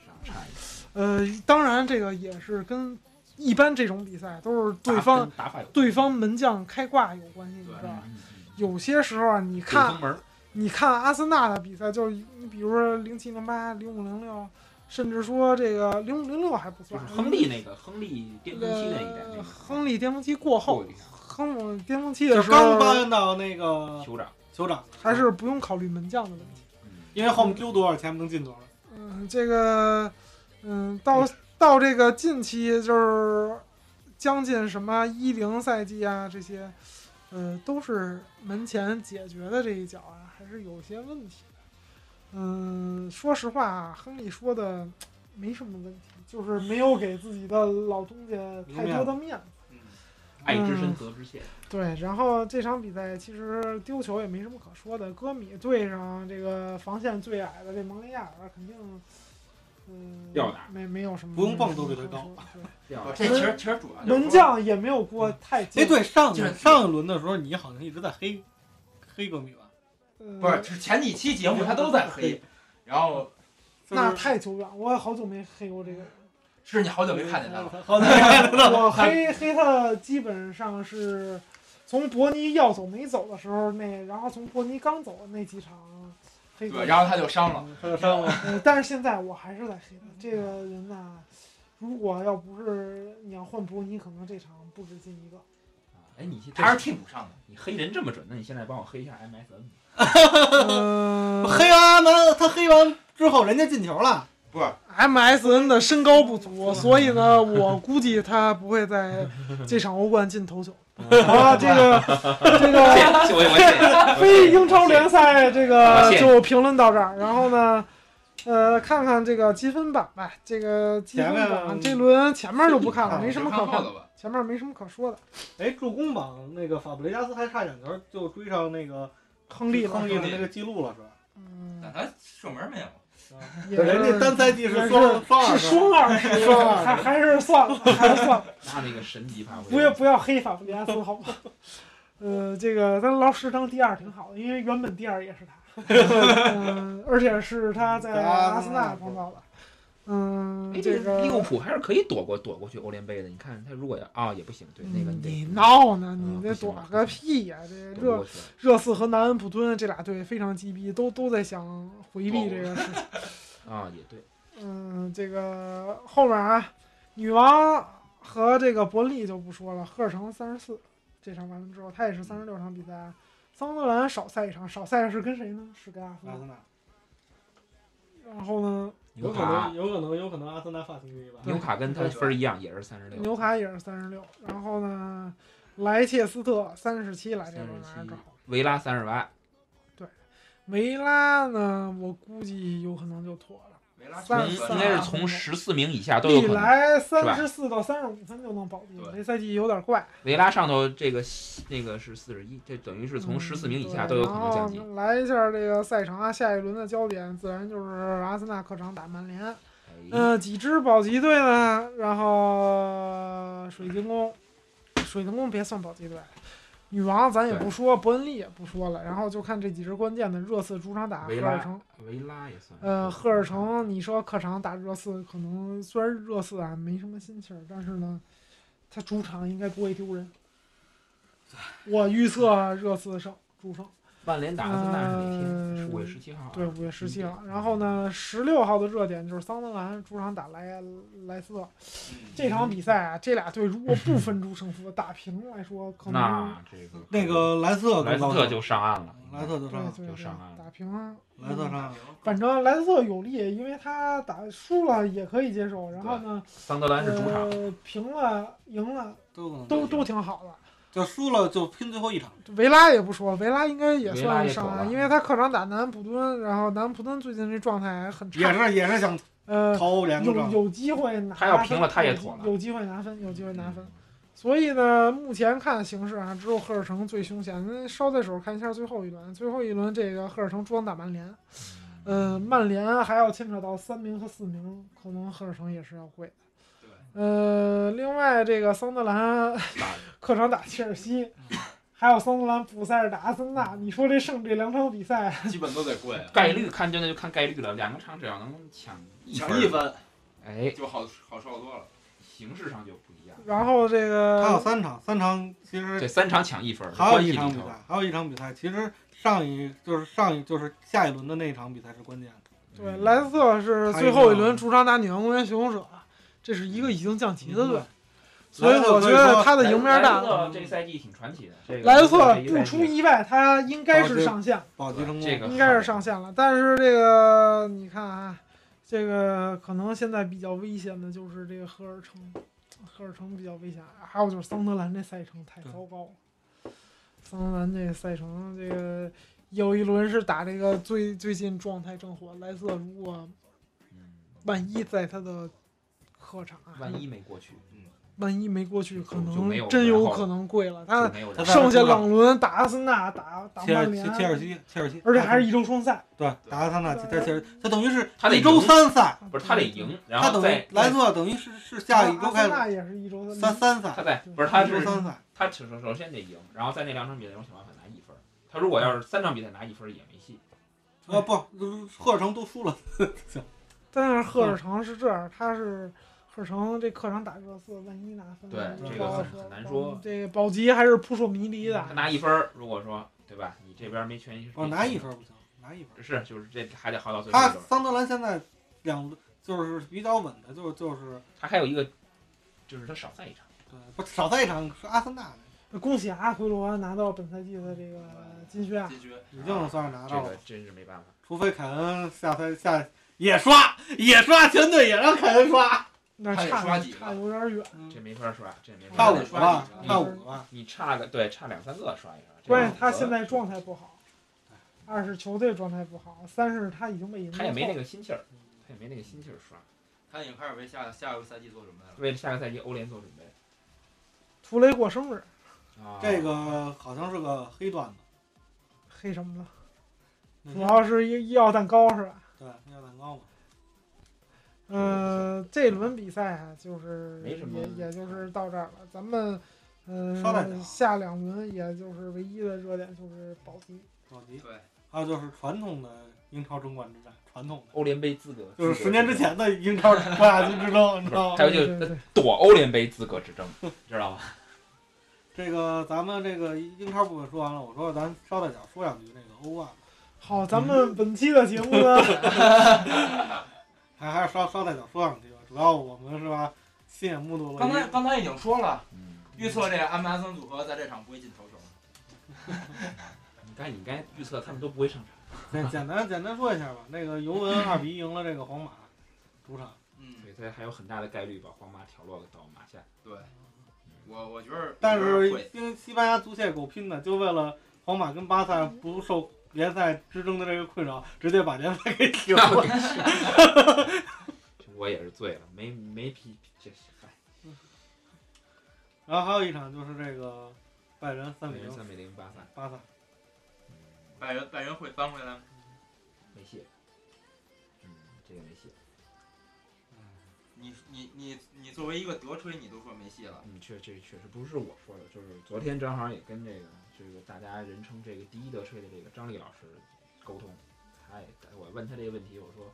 Speaker 7: 上差一点，
Speaker 2: 呃，当然这个也是跟一般这种比赛都是对方
Speaker 7: 打跟打法有
Speaker 2: 对方门将开挂有关系，你
Speaker 6: 对
Speaker 2: 知道
Speaker 7: 嗯
Speaker 2: 吧？
Speaker 7: 嗯嗯
Speaker 2: 有些时候啊，你
Speaker 7: 对
Speaker 2: 看
Speaker 7: 封门儿，
Speaker 2: 你看阿森纳的比赛，就是你比如说零七零八、零五零六，甚至说这个零五零六还不
Speaker 7: 就
Speaker 2: 算
Speaker 7: 是，亨利那个亨利巅峰期那一代那
Speaker 2: 呃
Speaker 7: 个
Speaker 2: 亨利巅峰期过后，
Speaker 7: 一下
Speaker 2: 亨利巅峰期
Speaker 1: 就
Speaker 2: 的
Speaker 1: 是
Speaker 2: 时
Speaker 1: 刚
Speaker 2: 候
Speaker 1: 搬到那个
Speaker 7: 酋长，
Speaker 1: 酋长，
Speaker 2: 还是不用考虑门将的问题。
Speaker 7: 嗯，
Speaker 1: 因为后面丢多少钱不能进多少。
Speaker 2: 嗯，这个，嗯，到到这个近期就是将近什么一零赛季啊这些，呃，都是门前解决的这一脚啊，还是有些问题。嗯，说实话啊，亨利说的没什么问题，就是没有给自己的老东家太多的面子。
Speaker 6: 嗯
Speaker 7: 爱之深，责之切。
Speaker 2: 对，然后这场比赛其实丢球也没什么可说的。戈米对上这个防线最矮的这蒙雷亚尔，肯定，嗯，
Speaker 7: 吊打
Speaker 2: 没没有什么
Speaker 1: 不用蹦都比他高。
Speaker 7: 这样
Speaker 6: 不这其实其实主要就是说
Speaker 2: 门将也没有过太
Speaker 1: 哎，
Speaker 2: 近，
Speaker 1: 对，上
Speaker 6: 就是
Speaker 1: 上一轮的时候，你好像一直在黑黑戈米吧？
Speaker 2: 呃
Speaker 6: 不是，就是前几期节目他都在黑，然后
Speaker 2: 那
Speaker 1: 就是
Speaker 2: 太久远，我好久没黑过这个人。
Speaker 6: 是你好久没看见他了，
Speaker 1: 好 的，
Speaker 2: 我黑黑他基本上是从伯尼要走没走的时候那，然后从伯尼刚走的那几场黑他
Speaker 6: 对，。然后他就伤了，
Speaker 1: 他就伤了。
Speaker 2: 呃，但是现在我还是在黑他。这个人呐，如果要不是你要换伯尼，可能这场不止进一个。
Speaker 7: 哎，你这
Speaker 6: 他是替补上的，
Speaker 7: 你黑人这么准，那你现在帮我黑一下 MSN。
Speaker 2: 嗯、
Speaker 1: 黑阿南他黑完之后，人家进球了，
Speaker 2: MSN 的身高不足，所以呢，我估计他不会在这场欧冠进头球。 啊，这个这
Speaker 7: 这
Speaker 2: 个
Speaker 7: 我我信，
Speaker 2: 非英超联赛这
Speaker 7: 我
Speaker 2: 个
Speaker 7: 信
Speaker 2: 就评论到这儿，然后呢，呃，看看这个积分榜吧。这个积分
Speaker 1: 前
Speaker 2: 榜
Speaker 1: 面
Speaker 2: 这轮前面就不看了，
Speaker 1: 嗯
Speaker 2: 没什么可
Speaker 6: 看
Speaker 2: 看的，
Speaker 6: 的吧？
Speaker 2: 前面没什么可说的。
Speaker 1: 哎，助攻榜那个法布雷加斯还差两球就追上那个
Speaker 2: 亨利了，
Speaker 1: 亨利的那个记录了，是吧？
Speaker 2: 嗯
Speaker 6: 但，他射门没有，
Speaker 2: 也
Speaker 1: 人家单赛季是
Speaker 2: 也
Speaker 1: 双双
Speaker 2: 是
Speaker 1: 二
Speaker 2: 是
Speaker 1: 分
Speaker 2: 双二，
Speaker 1: 双二
Speaker 2: 还还是算了，还是算了。
Speaker 7: 那那个神级发挥，
Speaker 2: 不要不要黑法布雷加斯，好吧？呃，这个咱捞十张第二挺好的，因为原本第二也 是他，嗯、而且是他在阿森纳碰到的。嗯、
Speaker 7: 哎，
Speaker 2: 这
Speaker 7: 利物
Speaker 2: 个
Speaker 7: 浦还是可以躲过躲过去欧联杯的。你看他如果要啊、也不行，对那个你
Speaker 2: 嗯你
Speaker 7: 得
Speaker 2: 闹呢？你
Speaker 7: 嗯
Speaker 2: 这
Speaker 7: 不行
Speaker 2: 躲
Speaker 7: 吧
Speaker 2: 个屁呀、这
Speaker 7: 躲
Speaker 2: 热
Speaker 7: 过去。
Speaker 2: 热刺和南安普敦这俩队非常鸡逼，都都在想回避这个事情。
Speaker 7: 啊，也对，
Speaker 2: 嗯，这个后面啊，女王和这个伯利就不说了，赫尔城三十四，这场完了之后，他也是三十六场比赛啊，桑德兰少赛一场，少赛是跟谁呢？是跟阿森
Speaker 1: 阿
Speaker 2: 纳。
Speaker 1: 森纳
Speaker 2: 然后呢，
Speaker 7: 纽
Speaker 1: 有可
Speaker 7: 卡
Speaker 1: 能，有可能，有可能阿森纳发生第一吧。
Speaker 7: 纽卡跟他分儿一样，也是三十六。
Speaker 2: 纽卡也是三十六，然后呢，莱切斯特三十七，莱切斯特拿
Speaker 7: 37
Speaker 2: 着好。
Speaker 7: 维拉三十八，
Speaker 2: 梅拉呢，我估计有可能就妥了。
Speaker 6: 维拉
Speaker 2: 三
Speaker 7: 从
Speaker 2: 十
Speaker 6: 是
Speaker 7: 嗯
Speaker 2: 三
Speaker 6: 吧
Speaker 7: 应该是从十四名以下都有
Speaker 2: 历
Speaker 7: 可能。
Speaker 2: 来
Speaker 7: 是
Speaker 2: 三
Speaker 7: 吧
Speaker 2: 十四到三十五分就能保级，
Speaker 6: 对
Speaker 2: 这赛季有点怪。
Speaker 7: 维拉上头这个那个是四十一，这等于是从十四名以下都有可能降级
Speaker 2: 嗯。对然后来一下这个赛程啊，下一轮的焦点自然就是阿森纳客场打曼联。
Speaker 7: 哎，
Speaker 2: 嗯，几支保级队呢？然后水晶宫，水晶宫别算保级队，女王咱也不说，伯恩利也不说了，然后就看这几支关键的。热刺主场打
Speaker 7: 维
Speaker 2: 赫
Speaker 7: 拉
Speaker 2: 尔城，
Speaker 7: 哎维拉也算。
Speaker 2: 呃，赫尔城，你说客场打热刺，可能虽然热刺啊没什么心气儿，但是呢，他主场应该不会丢人。我预测啊热刺胜，主胜。
Speaker 7: 曼联打阿森纳是哪天？是
Speaker 2: 嗯
Speaker 7: 五月十七号啊。
Speaker 2: 对，五月十七号。然后呢，十六号的热点就是桑德兰主场打莱莱斯特这场比赛啊，这俩队如果不分出胜负，打平来说，可能
Speaker 7: 那这个
Speaker 1: 那个莱斯特
Speaker 7: 莱
Speaker 1: 更
Speaker 7: 斯
Speaker 1: 高
Speaker 7: 特
Speaker 1: 兴
Speaker 7: 就上岸了。
Speaker 1: 莱斯特就
Speaker 2: 对
Speaker 1: 上了，
Speaker 2: 对
Speaker 7: 就
Speaker 2: 对
Speaker 7: 上岸了
Speaker 2: 打平啊。
Speaker 1: 莱斯特上了。
Speaker 2: 反正莱斯特有利，因为他打输了也可以接受，然后呢，
Speaker 7: 桑德兰是主场，
Speaker 2: 呃，平了、赢了
Speaker 1: 都可能
Speaker 2: 都都挺好的。
Speaker 1: 就输了就拼最后一场，
Speaker 2: 维拉也不说，维拉应该也
Speaker 7: 维拉
Speaker 2: 算
Speaker 7: 也
Speaker 2: 上
Speaker 7: 走了
Speaker 2: 岸，因为他客场打南安普敦，然后南安普敦最近这状态还很
Speaker 1: 也
Speaker 2: 差，
Speaker 1: 是也是想
Speaker 2: 呃，
Speaker 1: 逃欧联的
Speaker 2: 有
Speaker 1: 状态。
Speaker 2: 有机会拿分，
Speaker 7: 他要平了他也妥了嗯
Speaker 2: 有机会拿分，有机会呃拿分。所以呢，目前看形势啊，只有赫尔城最凶险。那捎带手看一下最后一轮，最后一轮这个赫尔城主场打曼联，
Speaker 7: 嗯
Speaker 2: 呃，曼联还要牵扯到三名和四名，可能赫尔城也是要跪的。
Speaker 6: 对
Speaker 2: 呃，另外这个桑德兰 客场打切尔西，
Speaker 7: 嗯
Speaker 2: 还有桑德兰补赛打阿森纳，你说这胜这两场比赛，
Speaker 6: 基本都得跪啊，
Speaker 7: 概率看真的就看概率了。两个场只要能抢一
Speaker 6: 抢一
Speaker 7: 分，
Speaker 6: 分
Speaker 7: 哎，
Speaker 6: 就好好说好多了。
Speaker 7: 形式上就不一样。
Speaker 2: 然后这
Speaker 1: 他有
Speaker 2: 个
Speaker 1: 三场，三场其实
Speaker 7: 这三场抢一分，
Speaker 1: 还有
Speaker 7: 关系
Speaker 1: 一
Speaker 7: 里
Speaker 1: 场比
Speaker 7: 头
Speaker 1: 赛，还有一场比赛，其实上一就是上一就是下一轮的那一场比赛是关键的。
Speaker 7: 嗯
Speaker 2: 对莱斯特是最后一轮主场打纽约公园使用者，这是一个已经降级的
Speaker 7: 嗯
Speaker 2: 队，所以我觉得他的赢面
Speaker 7: 莱
Speaker 2: 大。
Speaker 7: 斯特这赛季挺传奇的，这个
Speaker 2: 莱斯特
Speaker 7: 这一赛
Speaker 2: 不
Speaker 7: 季
Speaker 2: 出意外，他应该是上线，
Speaker 1: 保级成功，
Speaker 7: 这个
Speaker 2: 应该是上线了。但是这个你看啊，这个可能现在比较危险的就是这个赫尔城，赫尔城比较危险，还有就是桑德兰这赛程太糟糕了。桑德兰这赛程，这个有一轮是打这个最最近状态正火，莱斯特如果
Speaker 7: 嗯
Speaker 2: 万一在他的客场啊，
Speaker 7: 万一没过去，
Speaker 2: 万一没过去，可
Speaker 7: 就没有
Speaker 2: 能真
Speaker 7: 然
Speaker 2: 有
Speaker 7: 后
Speaker 2: 可能跪了。
Speaker 7: 就
Speaker 2: 啊他
Speaker 7: 没有人
Speaker 1: 他
Speaker 2: 剩下朗伦打阿森纳，打打
Speaker 1: 切尔
Speaker 2: 曼
Speaker 1: 切
Speaker 2: 联，啊
Speaker 1: 切尔西，切尔西，
Speaker 2: 而且还是一周双赛。
Speaker 1: 对达拉桑纳，他切尔他等于是
Speaker 7: 他得
Speaker 1: 一周
Speaker 7: 赢
Speaker 1: 三赛，
Speaker 7: 不是他得赢，然
Speaker 1: 他
Speaker 7: 后
Speaker 1: 等
Speaker 7: 再
Speaker 1: 于莱斯特等于是是下一周开
Speaker 2: 阿森纳
Speaker 1: 始
Speaker 2: 也是一周
Speaker 1: 三三赛，
Speaker 7: 他在不是他
Speaker 1: 一周
Speaker 7: 是
Speaker 1: 三赛，
Speaker 7: 他首首先得赢，然后在那两场比赛中想办法拿一分。他如果要是三场比赛拿一分也没戏，
Speaker 1: 啊不，赫尔城都输了，
Speaker 2: 但是赫尔城是这样，他是赫尔城这客场打热刺，万一拿分，
Speaker 7: 对
Speaker 2: 不
Speaker 7: 这
Speaker 2: 知道
Speaker 7: 个很
Speaker 2: 说
Speaker 7: 很难说
Speaker 2: 这个保级还是扑朔迷离的
Speaker 7: 他。拿一分，如果说对吧，你这边没权益，
Speaker 1: 哦我拿一分不行，拿一分。
Speaker 7: 是就是这还得耗到最后一
Speaker 1: 他
Speaker 7: 轮。
Speaker 1: 桑德兰现在两就是比较稳的，就是就是
Speaker 7: 他还有一个就是他少赛一场，
Speaker 1: 对，不少赛一场是阿森纳的，
Speaker 2: 恭喜阿奎罗拿到本赛季的这个金靴啊！
Speaker 6: 解决。
Speaker 1: 已经算是拿
Speaker 7: 这
Speaker 1: 到了
Speaker 7: 个，真是没办法。
Speaker 1: 除非凯恩下赛下也刷也刷，全队也让凯恩刷，
Speaker 2: 那
Speaker 6: 他也
Speaker 2: 差
Speaker 6: 刷几个
Speaker 2: 差有点远，
Speaker 7: 这没法刷，嗯这没
Speaker 1: 差
Speaker 7: 法
Speaker 1: 五个吧，差五个吧，
Speaker 7: 你差个对差两三个刷一刷。这个
Speaker 2: 关键他现在状态不好，二是球队状态不好，三是他已经被引
Speaker 7: 他也没那
Speaker 2: 个
Speaker 7: 个心气儿，他也没那个心气儿刷。
Speaker 6: 他已经开始为下下个赛季做准备了。
Speaker 7: 为了下个赛季欧联做准备。
Speaker 2: 图雷过生日，
Speaker 7: 啊，
Speaker 1: 这个好像是个黑段子，
Speaker 2: 黑什么了？
Speaker 7: 嗯
Speaker 1: 那
Speaker 2: 主
Speaker 1: 天
Speaker 2: 要是医医药蛋糕是吧？
Speaker 1: 对要蛋糕嘛，
Speaker 2: 呃，这轮比赛啊，就是
Speaker 7: 没什么嗯
Speaker 2: 也也就是到这儿了。咱们，嗯、
Speaker 1: 稍待一下啊
Speaker 2: 下两轮也就是唯一的热点就是保级。
Speaker 1: 保级，
Speaker 6: 对，
Speaker 1: 还有就是传统的英超争冠之战，传统的
Speaker 7: 欧联杯资格
Speaker 1: 就是十年之。前的英超冠亚军之争，你知道吗
Speaker 7: 还？有就
Speaker 2: 对对
Speaker 7: 是
Speaker 2: 对
Speaker 7: 躲欧联杯资格之 争，知道吗？
Speaker 1: 这个咱们这个英超部分说完了，我说咱捎带脚说两句那个欧冠吧，
Speaker 2: 好，咱
Speaker 7: 嗯
Speaker 2: 们本期的节目呢，
Speaker 1: 还还是捎捎带脚说两句吧。主要我们是吧，亲眼目睹了
Speaker 6: 刚
Speaker 1: 一
Speaker 6: 才刚才已经说了，
Speaker 7: 嗯，
Speaker 6: 预测这安排森组合在这场不会进头球。
Speaker 7: 你该你该预测他们都不会上场。
Speaker 1: 简简单简单说一下吧。那个尤文二比一赢了这个皇马，主场。
Speaker 6: 嗯，
Speaker 7: 对，他还有很大的概率把皇马挑落到马下。
Speaker 6: 我我觉得，
Speaker 1: 但
Speaker 6: 我觉得
Speaker 1: 是
Speaker 6: 会
Speaker 1: 因为西班牙足协狗拼的，就为了皇马跟巴萨不受联赛之争的这个困扰，直接把联赛给停了。
Speaker 7: 我也是醉了，没没皮这嗨，
Speaker 1: 然后还有一场就是这个拜仁三比
Speaker 7: 人
Speaker 1: 零
Speaker 7: 三比零巴萨，
Speaker 1: 巴萨，
Speaker 6: 拜仁拜仁会翻回来吗？
Speaker 7: 没戏。嗯，这个没戏。
Speaker 6: 你你你你作为一个德吹，你都说没戏了。
Speaker 7: 嗯，确这确实不是我说的，就是昨天正好也跟这个这个大家人称这个第一德吹的这个张丽老师沟通，他也我问他这个问题，我说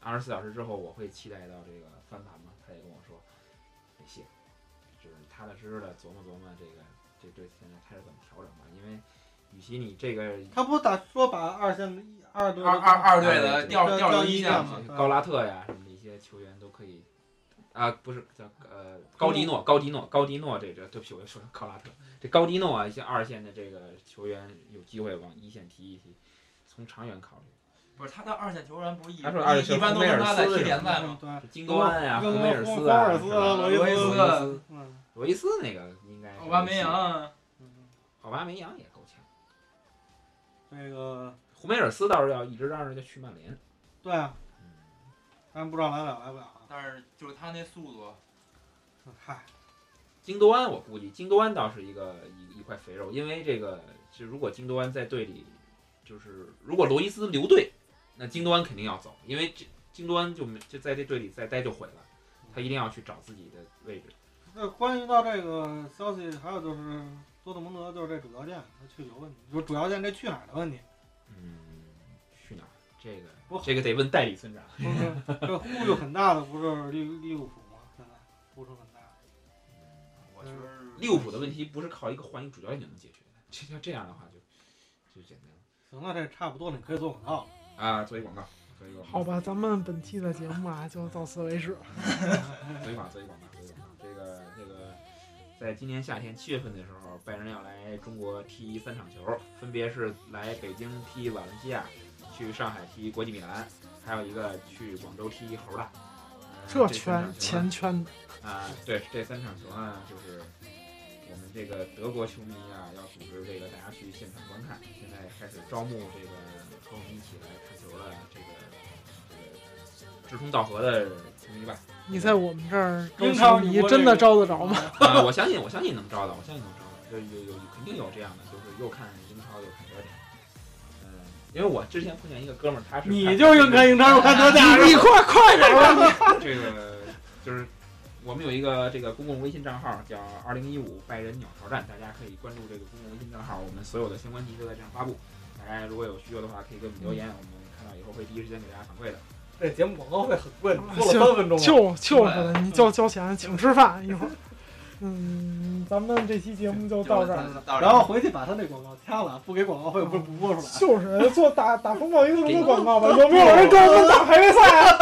Speaker 7: 二十四小时之后我会期待到这个翻盘吗？他也跟我说没戏，就是踏踏实实的琢磨琢磨这个这对现在开始怎么调整吧，因为与其你这个
Speaker 1: 他不打说把二线的一二队
Speaker 6: 二二二队
Speaker 7: 对
Speaker 6: 的
Speaker 7: 对
Speaker 6: 掉
Speaker 1: 掉
Speaker 6: 入
Speaker 1: 一
Speaker 6: 一
Speaker 1: 线
Speaker 6: 线
Speaker 1: 嘛
Speaker 6: 嘛，
Speaker 7: 高拉特呀什么的一些球员都可以，啊，不是叫呃高迪
Speaker 1: 嗯
Speaker 7: 诺，高迪诺，高迪诺这这，对不起，我又说成高拉特，这高迪诺啊，一些二线的这个球员有机会往一线提一提，从长远考虑，
Speaker 6: 不是他的二线球员不是一一
Speaker 7: 他说二线球员
Speaker 6: 一般都跟他在踢联赛
Speaker 1: 嗯
Speaker 6: 吗？
Speaker 1: 对，
Speaker 7: 金多安呀、
Speaker 1: 跟
Speaker 7: 梅啊尔斯
Speaker 1: 跟
Speaker 7: 啊、
Speaker 1: 嗯跟
Speaker 7: 是
Speaker 1: 跟
Speaker 7: 吧
Speaker 1: 罗
Speaker 6: 伊
Speaker 7: 罗伊
Speaker 6: 斯
Speaker 7: 斯、
Speaker 1: 嗯
Speaker 7: 罗伊斯那个应该是
Speaker 6: 奥巴梅扬，啊，
Speaker 1: 嗯，
Speaker 7: 奥巴梅扬也够呛，
Speaker 1: 这个
Speaker 7: 胡梅尔斯倒是要一直让人家去曼联，
Speaker 1: 对啊，
Speaker 7: 嗯，
Speaker 1: 咱不知道来不了来不了啊。
Speaker 6: 但是就是他那速度，
Speaker 1: 嗨，
Speaker 7: 京多安，我估计京多安倒是一个一一块肥肉，因为这个，就如果京多安在队里，就是如果罗伊斯留队，那京多安肯定要走，因为这京多安就没就在这队里再待就毁了，他一定要去找自己的位置。
Speaker 1: 那关于到这个消息，还有就是多特蒙德就是这主教练他去留问题，就是主教练这去哪儿的 问题，
Speaker 7: 嗯，去哪儿？这
Speaker 1: 我
Speaker 7: 个这个得问代理村长。
Speaker 1: 不是这呼吁很大的，不是利利物浦吗？现在呼声很大。
Speaker 6: 我觉得
Speaker 7: 利物浦的问题不是靠一个换一个主教练就能解决的，这要这样的话就就简单了
Speaker 1: 行了，这差不多了，你可以做广告了。
Speaker 7: 啊！做一广告，做一广告，
Speaker 2: 好吧，咱们本期的节目啊就到此为止。
Speaker 7: 做一广告，做一广告，做一广告。这个这个，在今年夏天七月份的时候，拜仁要来中国踢三场球，分别是来北京踢瓦伦西亚，去上海踢国际米兰，还有一个去广州踢猴大。呃
Speaker 2: 这
Speaker 7: 三
Speaker 2: 圈
Speaker 7: 场球呢
Speaker 2: 前圈的，
Speaker 7: 啊，对，这三场球呢，就是我们这个德国球迷啊，要组织这个大家去现场观看。现在开始招募这个和我们一起来看球的这个这个志同道合的球迷吧。
Speaker 2: 你在我们这儿招
Speaker 1: 英超
Speaker 2: 球
Speaker 1: 你
Speaker 2: 迷
Speaker 1: 不会
Speaker 2: 真的招得着吗？
Speaker 7: 啊，我相信，我相信能招的，我相信能招的，就是有有肯定有这样的，就是又看英超又看德甲。嗯，因为我之前碰见一个哥们儿，他是
Speaker 1: 你就硬看英超，我看德甲
Speaker 2: 你快快 点吧！
Speaker 7: 这个就是我们有一个这个公共微信账号叫“二零一五拜仁鸟巢站”，大家可以关注这个公共微信账号，我们所有的相关信息都在这上发布。大家如果有需求的话，可以给我们留言，我们看到以后会第一时间给大家反馈的。
Speaker 1: 这节目广告费很贵，做了三分钟了。
Speaker 2: 就就是的，你交交钱请吃饭一会儿。嗯，咱们这期节目就到这儿了。
Speaker 6: 到这
Speaker 1: 然后回去把他那广告掐了，不给广告费，不是不播出 来。
Speaker 2: 就是做打打风暴一特殊广告吧，有没有人跟我们打排位赛 啊？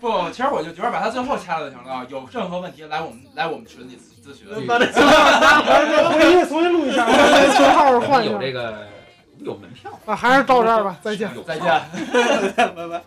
Speaker 6: 不，其实我就觉得把它最后掐了就行了。有任何问题来我们来我们群里咨询。
Speaker 1: 把这
Speaker 2: 咱再回去重新录一下，群号
Speaker 7: 我
Speaker 2: 换
Speaker 7: 们
Speaker 2: 一
Speaker 7: 有
Speaker 2: 下。
Speaker 7: 这个有门票，
Speaker 2: 啊，还是到这儿吧，再见。
Speaker 7: 有
Speaker 6: 再见。
Speaker 1: 拜拜拜。